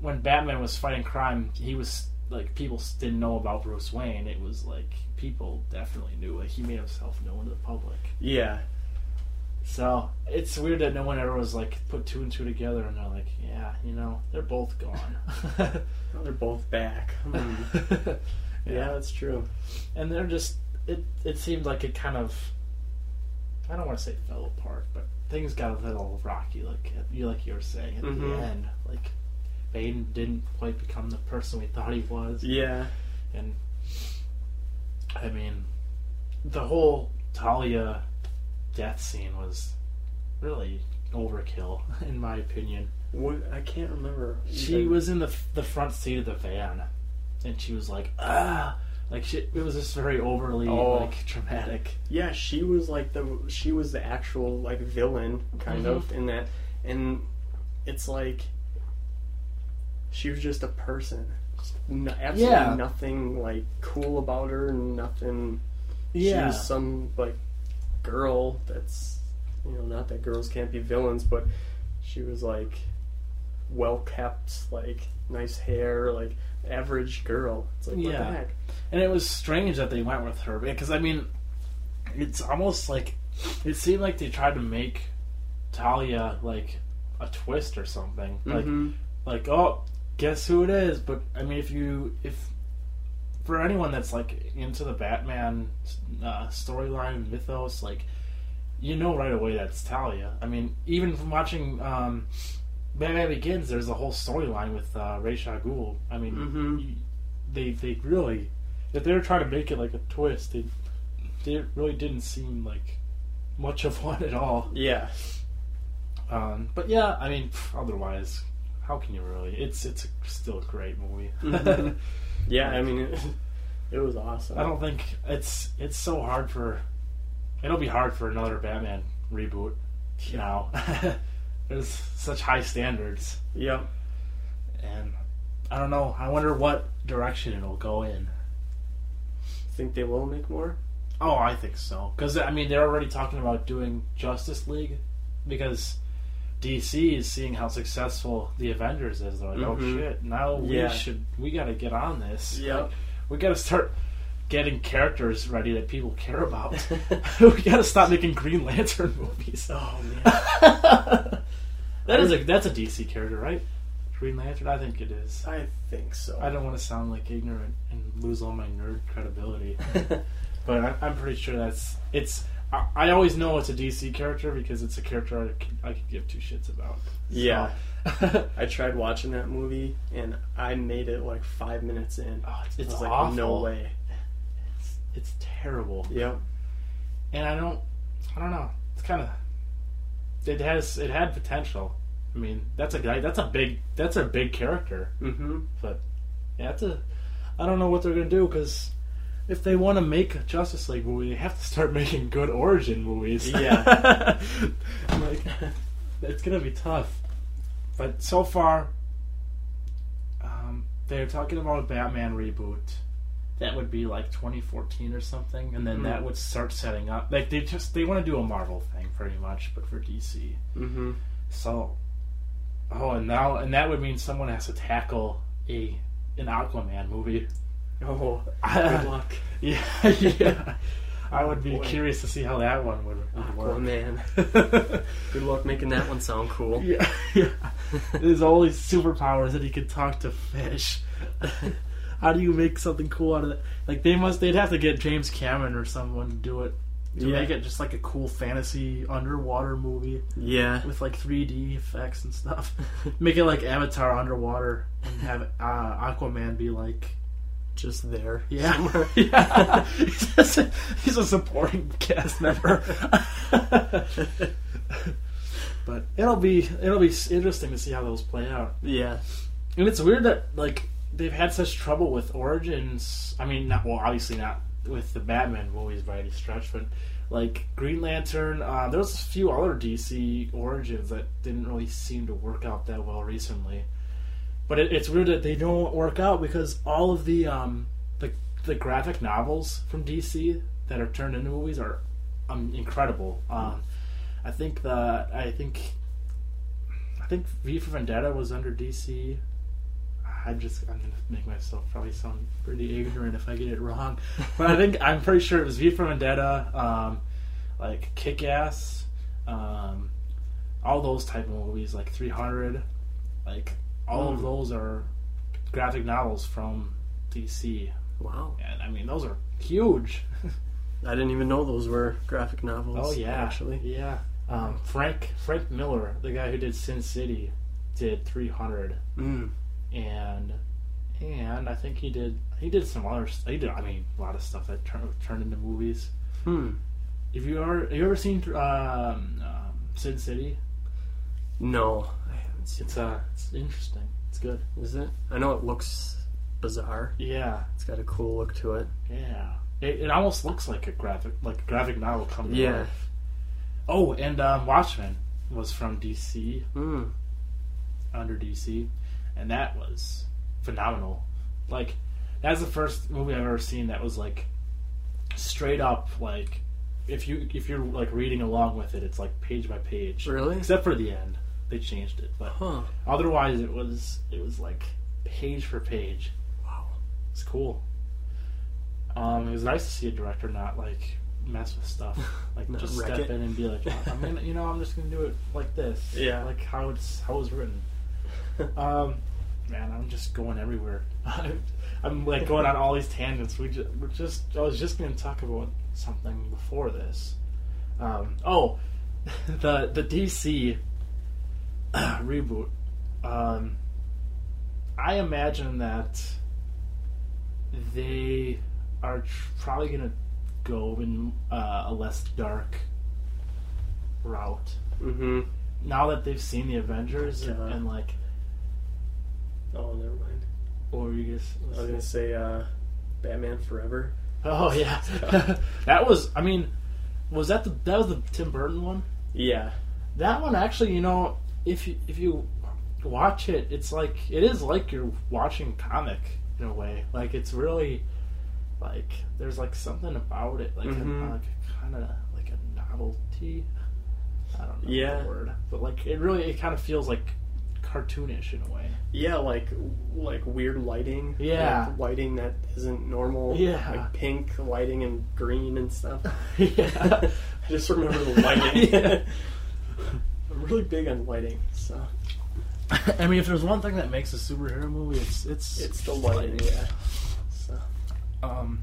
[SPEAKER 1] when batman was fighting crime he was like people didn't know about bruce wayne it was like people definitely knew like he made himself known to the public
[SPEAKER 2] Yeah.
[SPEAKER 1] so it's weird that no one ever was like put two and two together and they're like yeah you know they're both gone
[SPEAKER 2] Well, Oh, they're both back. Hmm.
[SPEAKER 1] yeah.
[SPEAKER 2] yeah, that's true.
[SPEAKER 1] and they're just it. It seemed like it kind of. I don't want to say fell apart, but things got a little rocky. Like you, like you were saying at the
[SPEAKER 2] Mhm.
[SPEAKER 1] end, like Bane didn't quite become the person we thought he was,
[SPEAKER 2] Yeah.
[SPEAKER 1] and I mean, the whole Talia death scene was really overkill, in my opinion.
[SPEAKER 2] What I can't remember.
[SPEAKER 1] She
[SPEAKER 2] even-
[SPEAKER 1] was in the the front seat of the van, and she was like, ah, like she, it was just very overly
[SPEAKER 2] Oh.
[SPEAKER 1] like traumatic.
[SPEAKER 2] Yeah, she was like the she was the actual like villain kind
[SPEAKER 1] Mm-hmm.
[SPEAKER 2] of in that, and it's like she was just a person. No, absolutely
[SPEAKER 1] Yeah.
[SPEAKER 2] nothing like cool about her. Nothing. She was some like girl that's you know not that girls can't be villains, but she was like well kept, like nice hair, like average girl. It's like what
[SPEAKER 1] Yeah.
[SPEAKER 2] the heck?
[SPEAKER 1] And it was strange that they went with her because I mean, it's almost like it seemed like they tried to make Talia like a twist or something. Like
[SPEAKER 2] Mhm.
[SPEAKER 1] like oh, guess who it is? But I mean, if you if for anyone that's like into the Batman uh, storyline mythos, like you know right away that's Talia. I mean, even from watching um, Batman Begins, there's a whole storyline with uh, Ra's al Ghul. I mean,
[SPEAKER 2] Mhm.
[SPEAKER 1] you- they they really if they were trying to make it like a twist, it they really didn't seem like much of one at all.
[SPEAKER 2] yeah,
[SPEAKER 1] Um, but yeah, I mean, pff, otherwise, how can you really? It's it's a, still a great movie.
[SPEAKER 2] Mhm. yeah. I mean, it, it was awesome.
[SPEAKER 1] I don't think it's it's so hard for. It'll be hard for another Batman reboot. You know, there's such high standards,
[SPEAKER 2] Yeah,
[SPEAKER 1] and I don't know. I wonder what direction it'll go in.
[SPEAKER 2] think they will make more.
[SPEAKER 1] Oh, I think so. Because I mean, they're already talking about doing Justice League, because DC is seeing how successful the Avengers is. They're like, oh
[SPEAKER 2] Mhm.
[SPEAKER 1] shit, now we
[SPEAKER 2] Yeah.
[SPEAKER 1] should we got to get on this.
[SPEAKER 2] Yep.
[SPEAKER 1] Like, we got to start getting characters ready that people care about. we got to stop making Green Lantern movies.
[SPEAKER 2] Oh man.
[SPEAKER 1] that is a that's a DC character, right? Green Lantern, I think it is.
[SPEAKER 2] I think so.
[SPEAKER 1] I don't want to sound like ignorant and lose all my nerd credibility. But I, I'm pretty sure that's it's. I, I always know it's a DC character because it's a character I could, I could give two shits about.
[SPEAKER 2] yeah,
[SPEAKER 1] So-
[SPEAKER 2] I tried watching that movie and I made it like five minutes in.
[SPEAKER 1] oh, it's
[SPEAKER 2] I
[SPEAKER 1] it's
[SPEAKER 2] was like,
[SPEAKER 1] awful.
[SPEAKER 2] no way.
[SPEAKER 1] It's, it's terrible,
[SPEAKER 2] Yep.
[SPEAKER 1] and I don't. I don't know. It's kind of. It has it had potential. I mean, that's a guy. That's a big. That's a big character.
[SPEAKER 2] Mm-hmm.
[SPEAKER 1] But yeah, that's a. I don't know what they're gonna do because if they want to make a Justice League movie, they have to start making good origin movies.
[SPEAKER 2] Yeah.
[SPEAKER 1] like it's gonna be tough. But so far, um, they're talking about a Batman reboot. That would be like 2014 or something, and then
[SPEAKER 2] Mhm.
[SPEAKER 1] that would start setting up. Like they just they want to do a Marvel thing pretty much, but for DC.
[SPEAKER 2] Mm-hmm.
[SPEAKER 1] So, oh, and now and that would mean someone has to tackle a an Aquaman movie.
[SPEAKER 2] Oh, good
[SPEAKER 1] yeah,
[SPEAKER 2] luck,
[SPEAKER 1] yeah. I would be
[SPEAKER 2] Boy.
[SPEAKER 1] curious to see how that one would, would work.
[SPEAKER 2] Aquaman. Good luck making that one sound cool.
[SPEAKER 1] yeah, yeah. There's always superpowers that he could talk to fish. how do you make something cool out of that? Like they must, they'd have to get James Cameron or someone to do it to
[SPEAKER 2] Yeah.
[SPEAKER 1] make it just like a cool fantasy underwater movie.
[SPEAKER 2] Yeah.
[SPEAKER 1] with like 3D effects and stuff. Make it like Avatar underwater and have uh, Aquaman be like,
[SPEAKER 2] Just there.
[SPEAKER 1] yeah,
[SPEAKER 2] somewhere.
[SPEAKER 1] yeah. he's, just a, he's a supporting cast member. but it'll be it'll be s- interesting to see how those play out.
[SPEAKER 2] Yeah.
[SPEAKER 1] And it's weird that like they've had such trouble with origins. I mean, not well, obviously not with the Batman movies by any stretch, but like Green Lantern. Uh, there was a few other DC origins that didn't really seem to work out that well recently. But it, it's weird that they don't work out because all of the um the the graphic novels from DC that are turned into movies are um, incredible. Um, I think the I think I think V for Vendetta was under DC. I'm just I'm gonna make myself probably sound pretty ignorant if I get it wrong, but I think I'm pretty sure it was V for Vendetta, um, like Kick Ass, um, all those type of movies, like 300, like all of
[SPEAKER 2] Mm.
[SPEAKER 1] those are graphic novels from DC,
[SPEAKER 2] Wow.
[SPEAKER 1] and I mean those are huge.
[SPEAKER 2] I didn't even know those were graphic novels.
[SPEAKER 1] Oh yeah,
[SPEAKER 2] Actually.
[SPEAKER 1] yeah. Um, Frank Frank Miller, the guy who did Sin City, did 300.
[SPEAKER 2] Mm.
[SPEAKER 1] and and I think he did he did some other st- he did I mean a lot of stuff that turned turned into movies.
[SPEAKER 2] Hmm.
[SPEAKER 1] Have you ever have you ever seen um, um, Sin City?
[SPEAKER 2] No, I haven't seen.
[SPEAKER 1] It's uh it's interesting. It's good.
[SPEAKER 2] it. Is it? I know it looks bizarre.
[SPEAKER 1] Yeah,
[SPEAKER 2] It's got a cool look to it.
[SPEAKER 1] yeah. It, it almost looks like a graphic like a graphic novel coming.
[SPEAKER 2] Yeah.
[SPEAKER 1] Life. Oh, and um, Watchmen was from DC
[SPEAKER 2] Mm.
[SPEAKER 1] under DC, and that was phenomenal. Like, that's the first movie I've ever seen that was like straight up like if you if you're like reading along with it, it's like page by page,
[SPEAKER 2] Really?
[SPEAKER 1] except for the end. They changed it, but
[SPEAKER 2] Huh.
[SPEAKER 1] otherwise it was it was like page for page.
[SPEAKER 2] Wow.
[SPEAKER 1] It's cool. Um, it was nice to see a director not like mess with stuff, like
[SPEAKER 2] Not
[SPEAKER 1] just
[SPEAKER 2] wreck
[SPEAKER 1] step
[SPEAKER 2] it.
[SPEAKER 1] in and be like, I'm gonna, you know, I'm just gonna do it like this,
[SPEAKER 2] Yeah.
[SPEAKER 1] like how it's how it was written. Um, man, I'm just going everywhere. I'm, I'm like going on all these tangents. We just, we're just. I was just going to talk about something before this. Um, oh, the the DC reboot. Um, I imagine that they are tr- probably going to go in uh, a less dark route
[SPEAKER 2] mm-hmm.
[SPEAKER 1] now that they've seen the Avengers and,
[SPEAKER 2] Yeah.
[SPEAKER 1] and like.
[SPEAKER 2] Oh, never mind.
[SPEAKER 1] What were you
[SPEAKER 2] I
[SPEAKER 1] gonna
[SPEAKER 2] was gonna
[SPEAKER 1] say?
[SPEAKER 2] say uh, Batman Forever.
[SPEAKER 1] Oh yeah, that was. I mean, was that the that was the Tim Burton one?
[SPEAKER 2] Yeah.
[SPEAKER 1] That one actually, you know, if you if you watch it, it's like it is like you're watching comic in a way. Like it's really like there's like something about it, like
[SPEAKER 2] Mhm.
[SPEAKER 1] a, like kind of like a novelty. I don't know
[SPEAKER 2] Yeah.
[SPEAKER 1] the word, but like it really it kind of feels like cartoonish in a way.
[SPEAKER 2] Yeah, like like weird lighting.
[SPEAKER 1] Yeah.
[SPEAKER 2] Like lighting that isn't normal.
[SPEAKER 1] Yeah.
[SPEAKER 2] Like pink lighting and green and stuff.
[SPEAKER 1] yeah.
[SPEAKER 2] I just remember the lighting.
[SPEAKER 1] Yeah.
[SPEAKER 2] I'm really big on lighting, so
[SPEAKER 1] I mean, if there's one thing that makes a superhero movie, it's it's
[SPEAKER 2] it's the lighting, yeah. So
[SPEAKER 1] Um,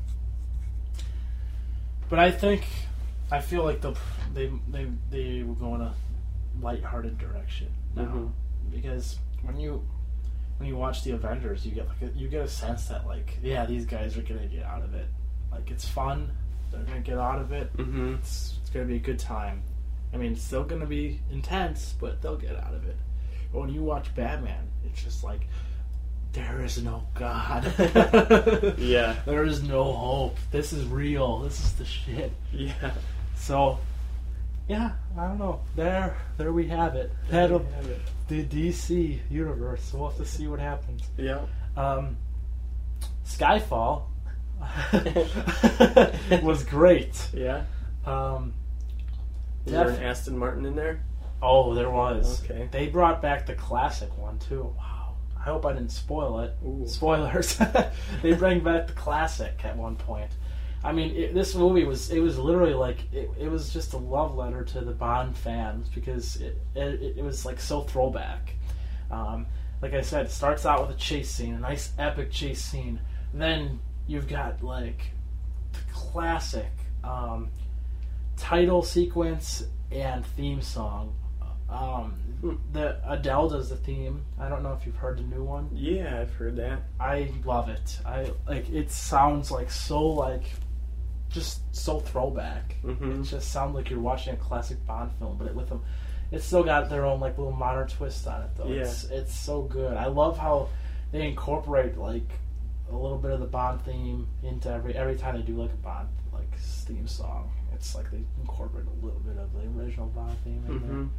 [SPEAKER 1] but I think I feel like the they they they will go in a lighthearted direction now
[SPEAKER 2] Mhm.
[SPEAKER 1] because when you when you watch the Avengers, you get like a, you get a sense that like yeah these guys are gonna get out of it. Like it's fun, they're gonna get out of it.
[SPEAKER 2] mm-hmm.
[SPEAKER 1] It's, it's gonna be a good time. I mean, it's still gonna be intense, but they'll get out of it. But when you watch Batman, it's just like there is no God.
[SPEAKER 2] Yeah.
[SPEAKER 1] There is no hope. This is real. This is the shit.
[SPEAKER 2] Yeah.
[SPEAKER 1] So, yeah, I don't know. There, there we have it. That'll
[SPEAKER 2] Yeah.
[SPEAKER 1] the DC universe. So we'll have to see what happens.
[SPEAKER 2] Yeah.
[SPEAKER 1] Um, Skyfall was great.
[SPEAKER 2] Yeah.
[SPEAKER 1] Um,
[SPEAKER 2] Is there an
[SPEAKER 1] def-
[SPEAKER 2] Aston Martin in there?
[SPEAKER 1] oh, there was.
[SPEAKER 2] Okay.
[SPEAKER 1] They brought back the classic one too. Wow. I hope I didn't spoil it.
[SPEAKER 2] Ooh.
[SPEAKER 1] Spoilers. they bring back the classic at one point. I mean, it, this movie was it was literally like it, it was just a love letter to the Bond fans because it it, it was like so throwback. Um, like I said, it starts out with a chase scene, a nice epic chase scene. Then you've got like the classic um, title sequence and theme song. Um, the Adele does the theme. I don't know if you've heard the new one.
[SPEAKER 2] Yeah, I've heard that.
[SPEAKER 1] I love it. I like it sounds like so like just so throwback.
[SPEAKER 2] Mhm.
[SPEAKER 1] It just sounds like you're watching a classic Bond film, but it, with them, it's still got their own like little modern twist on it though.
[SPEAKER 2] Yeah.
[SPEAKER 1] It's it's so good. I love how they incorporate like a little bit of the Bond theme into every every time they do like a Bond like theme song. It's like they incorporate a little bit of the original Bond theme in there.
[SPEAKER 2] Mm-hmm.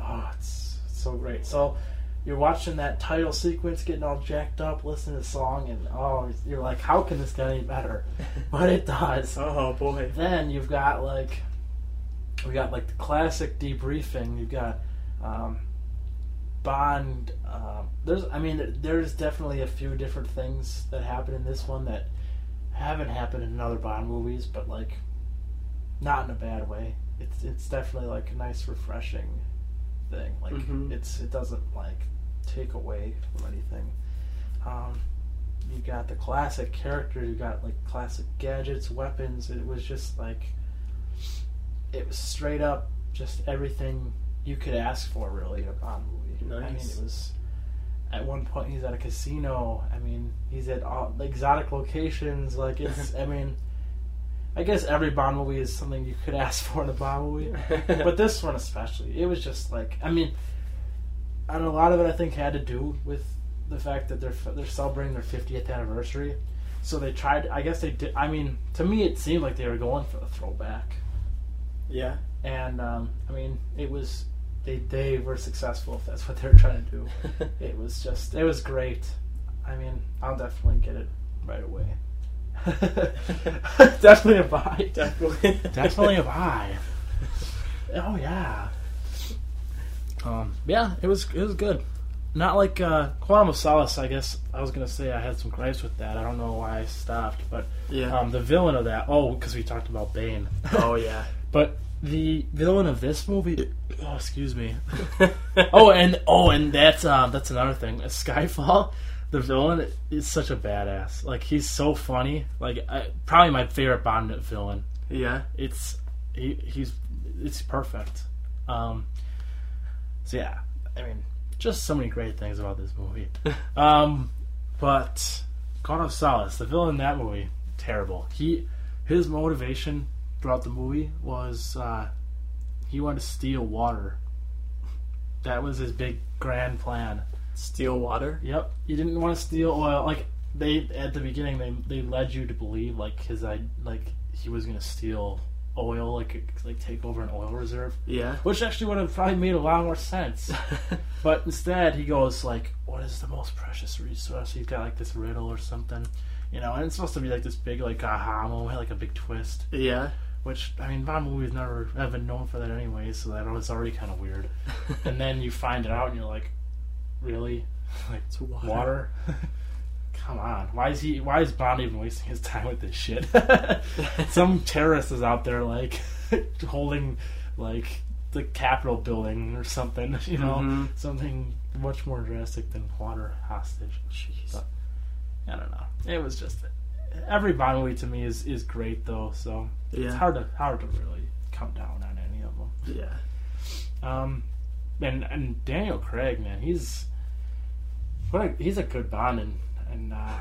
[SPEAKER 1] Oh, it's so great. So you're watching that title sequence getting all jacked up, listening to the song, and oh, you're like, how can this get any better? But it does.
[SPEAKER 2] Oh boy.
[SPEAKER 1] Then you've got like, we got like the classic debriefing. You've got um, Bond. Um, there's, I mean, there- there's definitely a few different things that happen in this one that haven't happened in other Bond movies, but like, not in a bad way. It's it's definitely like a nice, refreshing thing. Like
[SPEAKER 2] Mhm.
[SPEAKER 1] it's it doesn't like take away from anything. Um, you got the classic character. You got like classic gadgets, weapons. It was just like it was straight up just everything you could ask for really in a Bond movie. I mean,
[SPEAKER 2] Nice.
[SPEAKER 1] it was at one point he's at a casino. I mean, he's at all exotic locations. Like it's, I mean, I guess every Bond movie is something you could ask for in a Bond movie, but this one especially, it was just like, I mean, and a lot of it I think had to do with the fact that they're they're celebrating their 50th anniversary. So they tried. I guess they did. I mean, to me, it seemed like they were going for the throwback
[SPEAKER 2] yeah.
[SPEAKER 1] and um, I mean, it was they they were successful if that's what they were trying to do. It was just it was great. I mean, I'll definitely get it right away. definitely a buy.
[SPEAKER 2] Definitely.
[SPEAKER 1] Definitely a buy. Oh yeah. Um, yeah, it was it was good. Not like uh, Quantum of Solace, I guess. I was gonna say I had some gripes with that. I don't know why I stopped, but
[SPEAKER 2] Yeah.
[SPEAKER 1] um, the villain of that. Oh, because we talked about Bane.
[SPEAKER 2] oh yeah.
[SPEAKER 1] But the villain of this movie. Oh, excuse me. oh, and oh, and that's um, that's another thing. Skyfall, the villain is such a badass. Like he's so funny. Like I, probably my favorite Bond villain.
[SPEAKER 2] yeah.
[SPEAKER 1] It's he, he's it's perfect. Um, so yeah, I mean, just so many great things about this movie. um, but God of Solace, the villain in that movie, terrible. He his motivation throughout the movie was uh, he wanted to steal water. That was his big grand plan.
[SPEAKER 2] Steel water.
[SPEAKER 1] Yep, he didn't want to steal oil. Like they at the beginning, they they led you to believe like his I like he was gonna steal oil, like like take over an oil reserve,
[SPEAKER 2] Yeah.
[SPEAKER 1] which actually would have probably made a lot more sense. But instead, he goes like, "What is the most precious resource?" He's got like this riddle or something, you know. And it's supposed to be like this big like aha moment, like a big twist.
[SPEAKER 2] yeah.
[SPEAKER 1] Which I mean, Bond movies never have been known for that anyway, so that was already kind of weird. and then you find it out, and you're like, "Really? Like
[SPEAKER 2] It's water.
[SPEAKER 1] water?" Come on, why is he? Why is Bond even wasting his time with this shit? Some terrorist is out there like holding like the Capitol building or something, you know,
[SPEAKER 2] Mhm.
[SPEAKER 1] something much more drastic than water hostage.
[SPEAKER 2] Jeez.
[SPEAKER 1] But- I don't know. It was just every Bond movie to me is is great though, so
[SPEAKER 2] Yeah.
[SPEAKER 1] it's hard to hard to really come down on any of them.
[SPEAKER 2] Yeah.
[SPEAKER 1] Um, and and Daniel Craig, man, he's what a, he's a good Bond, and and uh,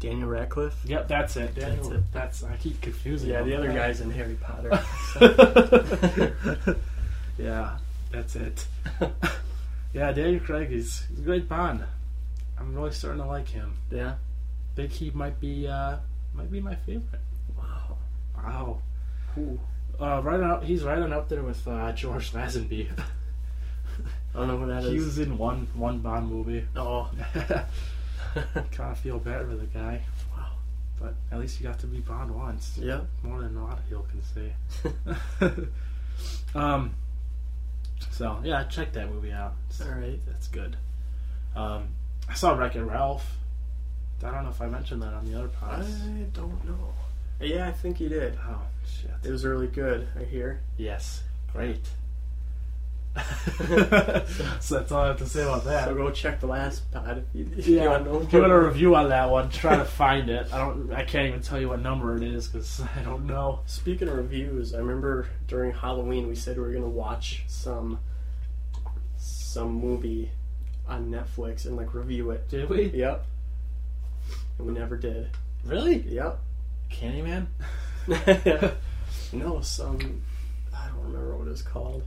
[SPEAKER 2] Daniel Radcliffe.
[SPEAKER 1] yep, that's it. Daniel,
[SPEAKER 2] That's
[SPEAKER 1] that's
[SPEAKER 2] it.
[SPEAKER 1] I keep confusing.
[SPEAKER 2] Yeah,
[SPEAKER 1] him.
[SPEAKER 2] the other guy's in Harry Potter.
[SPEAKER 1] yeah, that's it. yeah, Daniel Craig is he's a great Bond. I'm really starting to like him.
[SPEAKER 2] yeah.
[SPEAKER 1] Think he might be uh might be my favorite.
[SPEAKER 2] Wow.
[SPEAKER 1] Wow.
[SPEAKER 2] Ooh.
[SPEAKER 1] Uh, right on up, he's right on up there with uh, George Lazenby.
[SPEAKER 2] I don't know what that is.
[SPEAKER 1] he was in one one Bond movie.
[SPEAKER 2] Oh.
[SPEAKER 1] kind of feel bad for the guy.
[SPEAKER 2] Wow.
[SPEAKER 1] But at least he got to be Bond once.
[SPEAKER 2] yeah.
[SPEAKER 1] More than a lot of people can say. um. So yeah, check that movie out. It's-
[SPEAKER 2] All right.
[SPEAKER 1] That's good. Um, I saw Wreck It Ralph. I don't know if I mentioned that on the other
[SPEAKER 2] I
[SPEAKER 1] podcast.
[SPEAKER 2] don't know. Yeah, I think you did.
[SPEAKER 1] Oh shit!
[SPEAKER 2] It was really good. I hear.
[SPEAKER 1] Yes, great. so that's all I have to say about that.
[SPEAKER 2] So go check the last pod if you, if you
[SPEAKER 1] Yeah,
[SPEAKER 2] want to know.
[SPEAKER 1] if you want a review on that one, try to find it. I don't. I can't even tell you what number it is because I don't know.
[SPEAKER 2] Speaking of reviews, I remember during Halloween we said we were gonna watch some some movie on Netflix and like review it.
[SPEAKER 1] Did we?
[SPEAKER 2] Yep. And we never did.
[SPEAKER 1] Really?
[SPEAKER 2] Yep.
[SPEAKER 1] Candyman?
[SPEAKER 2] no, some I don't remember what it's called.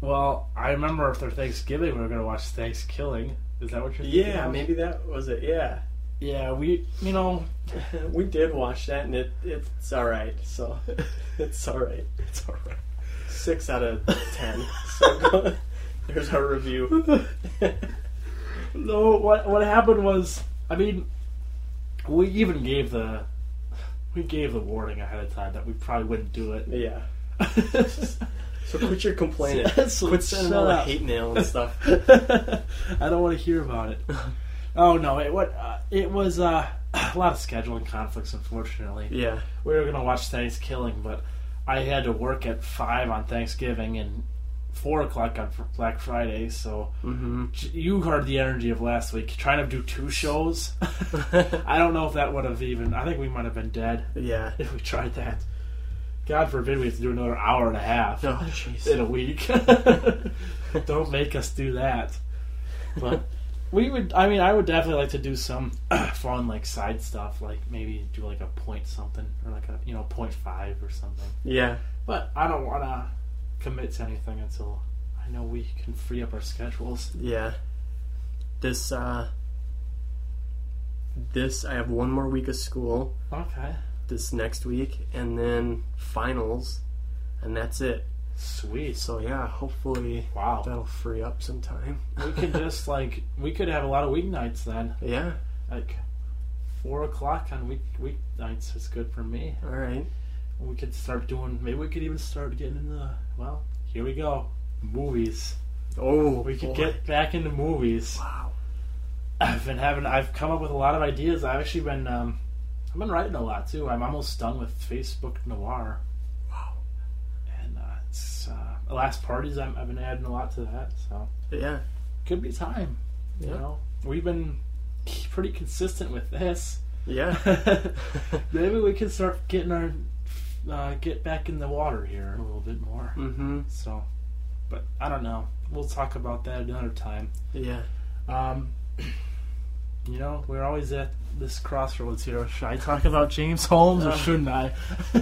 [SPEAKER 1] Well, I remember after Thanksgiving we were gonna watch Thanksgiving. Is that what you're? thinking
[SPEAKER 2] Yeah,
[SPEAKER 1] of?
[SPEAKER 2] maybe that was it. Yeah.
[SPEAKER 1] Yeah, we. You know,
[SPEAKER 2] We did watch that and it it's alright, so it's alright.
[SPEAKER 1] it's alright.
[SPEAKER 2] Six out of ten. So go, there's our review.
[SPEAKER 1] No, what what happened was, I mean, we even gave the we gave the warning ahead of time that we probably wouldn't do it.
[SPEAKER 2] yeah. So quit your complaining.
[SPEAKER 1] So
[SPEAKER 2] quit sending
[SPEAKER 1] shut
[SPEAKER 2] all the
[SPEAKER 1] up.
[SPEAKER 2] hate mail and stuff.
[SPEAKER 1] I don't want to hear about it. Oh no! It what? Uh, it was uh, a lot of scheduling conflicts. Unfortunately,
[SPEAKER 2] yeah.
[SPEAKER 1] we were gonna watch Thanksgiving, but I had to work at five on Thanksgiving and four o'clock on fr- Black Friday. So
[SPEAKER 2] Mm-hmm.
[SPEAKER 1] you heard the energy of last week, trying to do two shows. I don't know if that would have even. I think we might have been dead
[SPEAKER 2] Yeah.
[SPEAKER 1] if we tried that. God forbid we have to do another hour and a half
[SPEAKER 2] Oh, jeez.
[SPEAKER 1] in a week. Don't make us do that. But we would. I mean, I would definitely like to do some fun, like side stuff, like maybe do like a point something or like a you know point five or something.
[SPEAKER 2] Yeah.
[SPEAKER 1] But I don't want to commit to anything until I know we can free up our schedules.
[SPEAKER 2] Yeah. This, uh. This, I have one more week of school
[SPEAKER 1] Okay.
[SPEAKER 2] this next week, and then finals, and that's it.
[SPEAKER 1] Sweet.
[SPEAKER 2] So, yeah, hopefully
[SPEAKER 1] Wow.
[SPEAKER 2] that'll free up some time.
[SPEAKER 1] We could just like we could have a lot of weeknights then.
[SPEAKER 2] Yeah,
[SPEAKER 1] Like four o'clock on week weeknights is good for me.
[SPEAKER 2] alright.
[SPEAKER 1] We could start doing. Maybe we could even start getting in the. Well, here we go. Movies.
[SPEAKER 2] Oh,
[SPEAKER 1] We could
[SPEAKER 2] boy.
[SPEAKER 1] get back into movies.
[SPEAKER 2] Wow.
[SPEAKER 1] I've been having. I've come up with a lot of ideas. I've actually been. Um, I've been writing a lot too. I'm almost done with Facebook Noir.
[SPEAKER 2] Wow.
[SPEAKER 1] And uh, it's uh, last parties. I'm, I've been adding a lot to that. So
[SPEAKER 2] Yeah.
[SPEAKER 1] could be time. You
[SPEAKER 2] Yeah.
[SPEAKER 1] know, we've been pretty consistent with this.
[SPEAKER 2] Yeah.
[SPEAKER 1] Maybe we can start getting our uh, get back in the water here a little bit more.
[SPEAKER 2] mm-hmm.
[SPEAKER 1] So, but I don't know. We'll talk about that another time.
[SPEAKER 2] Yeah.
[SPEAKER 1] Um, you know, we're always at this crossroads here. Should I talk about James Holmes or
[SPEAKER 2] Uh.
[SPEAKER 1] shouldn't I?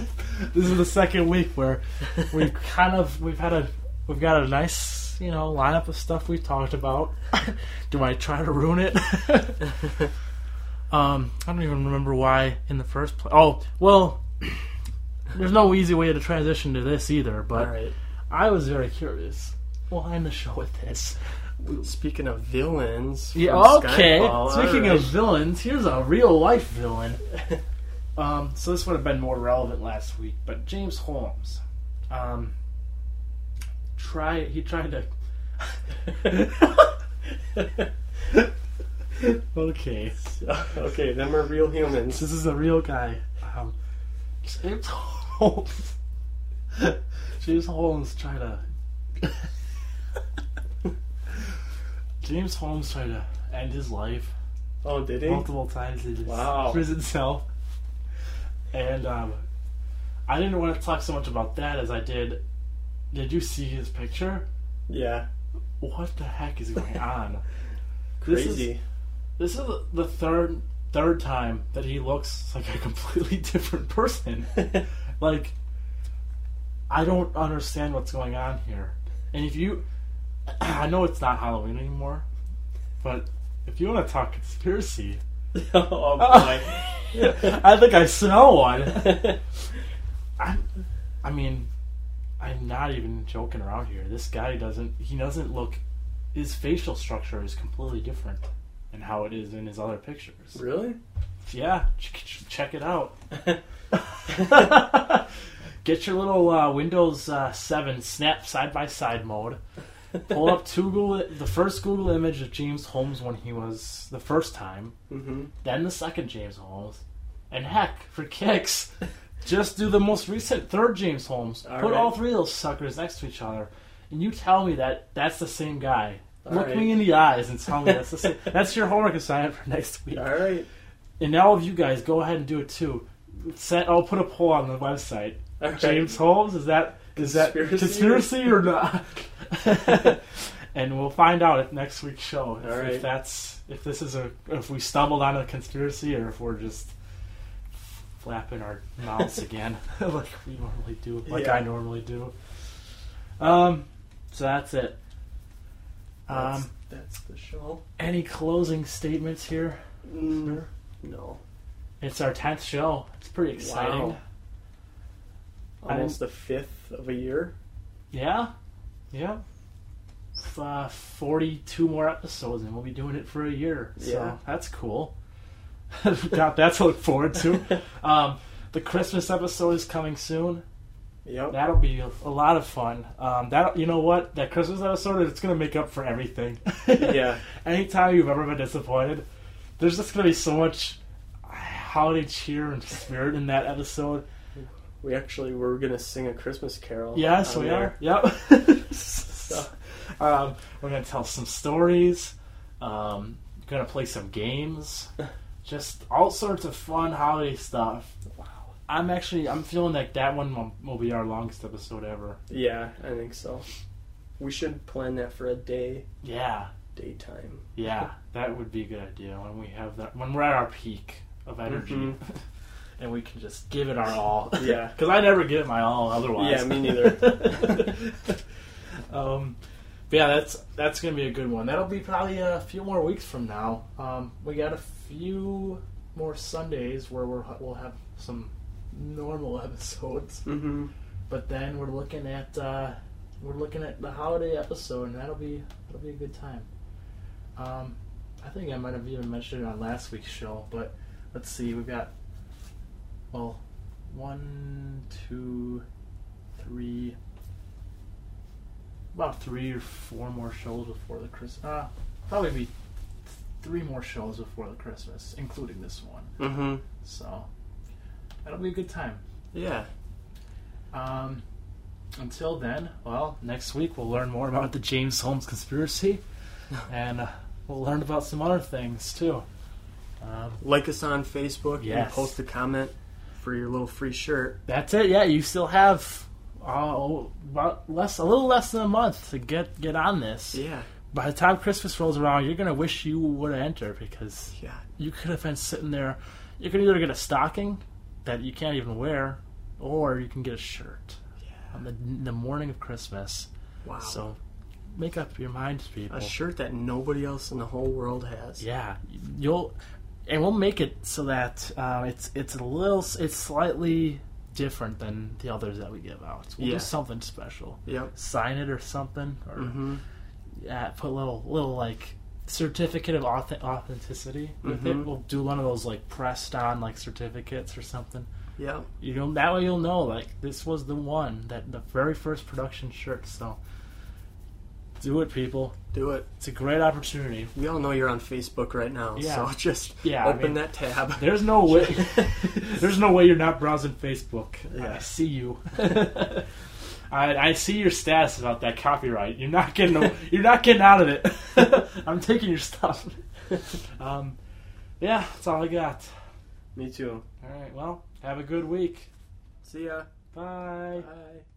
[SPEAKER 1] this is the second week where we've kind of we've had a we've got a nice you know lineup of stuff we've talked about. Do I try to ruin it? um, I don't even remember why in the first place. Oh well, there's no easy way to transition to this either. But
[SPEAKER 2] All right.
[SPEAKER 1] I was very curious. Why end the show with this?
[SPEAKER 2] Speaking of villains. from
[SPEAKER 1] Yeah, okay.
[SPEAKER 2] Skyfall,
[SPEAKER 1] Speaking
[SPEAKER 2] all
[SPEAKER 1] of villains, here's a real life villain. um, so this would have been more relevant last week, but James Holmes, um, try he tried to. okay,
[SPEAKER 2] right. okay, them are real humans.
[SPEAKER 1] this is a real guy. Um, James Holmes. James Holmes tried to. James Holmes tried to end his life
[SPEAKER 2] Oh, did he?
[SPEAKER 1] multiple times in his
[SPEAKER 2] Wow.
[SPEAKER 1] prison cell. And um, I didn't want to talk so much about that as I did. Did you see his picture?
[SPEAKER 2] Yeah.
[SPEAKER 1] What the heck is going on? This is-
[SPEAKER 2] Crazy.
[SPEAKER 1] This is the third third time that he looks like a completely different person. like I don't understand what's going on here. And if you I know it's not Halloween anymore, but if you want to talk conspiracy,
[SPEAKER 2] oh boy.
[SPEAKER 1] I think I smell one. I, I mean, I'm not even joking around here. This guy doesn't. He doesn't look. His facial structure is completely different than how it is in his other pictures.
[SPEAKER 2] really?
[SPEAKER 1] Yeah, ch- ch- check it out. Get your little uh, Windows uh, 7 snap side by side mode. Pull up two Google, the first Google image of James Holmes when he was the first time
[SPEAKER 2] Mm-hmm.
[SPEAKER 1] then the second James Holmes, and heck, for kicks, just do the most recent third James Holmes.
[SPEAKER 2] All
[SPEAKER 1] Put
[SPEAKER 2] right.
[SPEAKER 1] all three of those suckers next to each other, and you tell me that that's the same guy.
[SPEAKER 2] All
[SPEAKER 1] Look
[SPEAKER 2] right.
[SPEAKER 1] me in the eyes and tell me that's the same. that's your homework assignment for next week.
[SPEAKER 2] All right.
[SPEAKER 1] And all of you guys, go ahead and do it too. Set, I'll put a poll on the website.
[SPEAKER 2] All right.
[SPEAKER 1] James Holmes is that is that
[SPEAKER 2] Conspiracy?
[SPEAKER 1] conspiracy or not? and we'll find out at next week's show if,
[SPEAKER 2] All right.
[SPEAKER 1] if that's if this is a if we stumbled on a conspiracy or if we're just flapping our mouths again like we normally do, like
[SPEAKER 2] Yeah.
[SPEAKER 1] I normally do. Um, so that's it.
[SPEAKER 2] That's,
[SPEAKER 1] Um,
[SPEAKER 2] that's the show.
[SPEAKER 1] any closing statements here?
[SPEAKER 2] Mm, no.
[SPEAKER 1] It's our tenth show. It's pretty exciting.
[SPEAKER 2] Wow. Almost the fifth of a year.
[SPEAKER 1] Yeah, yeah. F- Uh, Forty-two more episodes, and we'll be doing it for a year. So
[SPEAKER 2] Yeah.
[SPEAKER 1] that's cool. Got that to look forward to. Um, the Christmas episode is coming soon.
[SPEAKER 2] Yep.
[SPEAKER 1] That'll be a, a lot of fun. Um, that you know what that Christmas episode it's gonna make up for everything.
[SPEAKER 2] yeah.
[SPEAKER 1] Anytime you've ever been disappointed, there's just gonna be so much holiday cheer and spirit in that episode.
[SPEAKER 2] We actually were gonna sing a Christmas carol.
[SPEAKER 1] Yes,
[SPEAKER 2] on
[SPEAKER 1] we
[SPEAKER 2] there.
[SPEAKER 1] are. Yep. um, we're gonna tell some stories. Um, gonna play some games. Just all sorts of fun holiday stuff. Wow. I'm actually I'm feeling like that one will, will be our longest episode ever.
[SPEAKER 2] Yeah, I think so. We should plan that for a day,
[SPEAKER 1] Yeah,
[SPEAKER 2] daytime.
[SPEAKER 1] yeah, that would be a good idea when we have that when we're at our peak of energy.
[SPEAKER 2] Mhm.
[SPEAKER 1] And we can just give it our all.
[SPEAKER 2] Yeah.
[SPEAKER 1] Because I never give it my all otherwise.
[SPEAKER 2] Yeah, me neither.
[SPEAKER 1] um, but yeah, that's that's gonna be a good one. That'll be probably a few more weeks from now. Um, we got a few more Sundays where we're, we'll have some normal episodes,
[SPEAKER 2] mm-hmm.
[SPEAKER 1] but then we're looking at uh, we're looking at the holiday episode, and that'll be that'll be a good time. Um, I think I might have even mentioned it on last week's show, but let's see, we've got well, one, two, three, about three or four more shows before the Christmas. Uh, probably be th- three more shows before the Christmas, including this one.
[SPEAKER 2] Mm-hmm.
[SPEAKER 1] So that'll be a good time.
[SPEAKER 2] Yeah.
[SPEAKER 1] Um, until then, well, next week we'll learn more about the James Holmes conspiracy, and uh, we'll learn about some other things too. Um,
[SPEAKER 2] Like us on Facebook and
[SPEAKER 1] Yes.
[SPEAKER 2] post a comment for your little free shirt.
[SPEAKER 1] that's it. Yeah, you still have uh, about less, a little less than a month to get get on this.
[SPEAKER 2] Yeah.
[SPEAKER 1] By the time Christmas rolls around, you're gonna wish you would have entered because
[SPEAKER 2] Yeah.
[SPEAKER 1] you could have been sitting there. You can either get a stocking that you can't even wear, or you can get a shirt
[SPEAKER 2] Yeah.
[SPEAKER 1] on the the morning of Christmas.
[SPEAKER 2] Wow.
[SPEAKER 1] So make up your mind, people.
[SPEAKER 2] a shirt that nobody else in the whole world has.
[SPEAKER 1] Yeah, you'll, and we'll make it so that um, it's it's a little it's slightly different than the others that we give out. We'll
[SPEAKER 2] Yeah.
[SPEAKER 1] do something special.
[SPEAKER 2] Yep.
[SPEAKER 1] Sign it or something, or
[SPEAKER 2] Mm-hmm.
[SPEAKER 1] yeah, put a little little like certificate of auth- authenticity with
[SPEAKER 2] Mhm.
[SPEAKER 1] it. We'll do one of those like pressed on like certificates or something.
[SPEAKER 2] Yep.
[SPEAKER 1] You know that way you'll know like this was the one that the very first production shirt. So do it, people.
[SPEAKER 2] Do it.
[SPEAKER 1] It's a great opportunity.
[SPEAKER 2] We all know you're on Facebook right now,
[SPEAKER 1] Yeah.
[SPEAKER 2] so just
[SPEAKER 1] Yeah, I
[SPEAKER 2] open
[SPEAKER 1] mean-
[SPEAKER 2] that tab.
[SPEAKER 1] There's no way. There's no way you're not browsing Facebook.
[SPEAKER 2] Yeah.
[SPEAKER 1] I see you. I, I see your status about that copyright. You're not getting. a- you're not getting out of it. I'm taking your stuff. Um, yeah, that's all I got.
[SPEAKER 2] Me too.
[SPEAKER 1] All right. Well, have a good week.
[SPEAKER 2] See ya.
[SPEAKER 1] Bye.
[SPEAKER 2] Bye.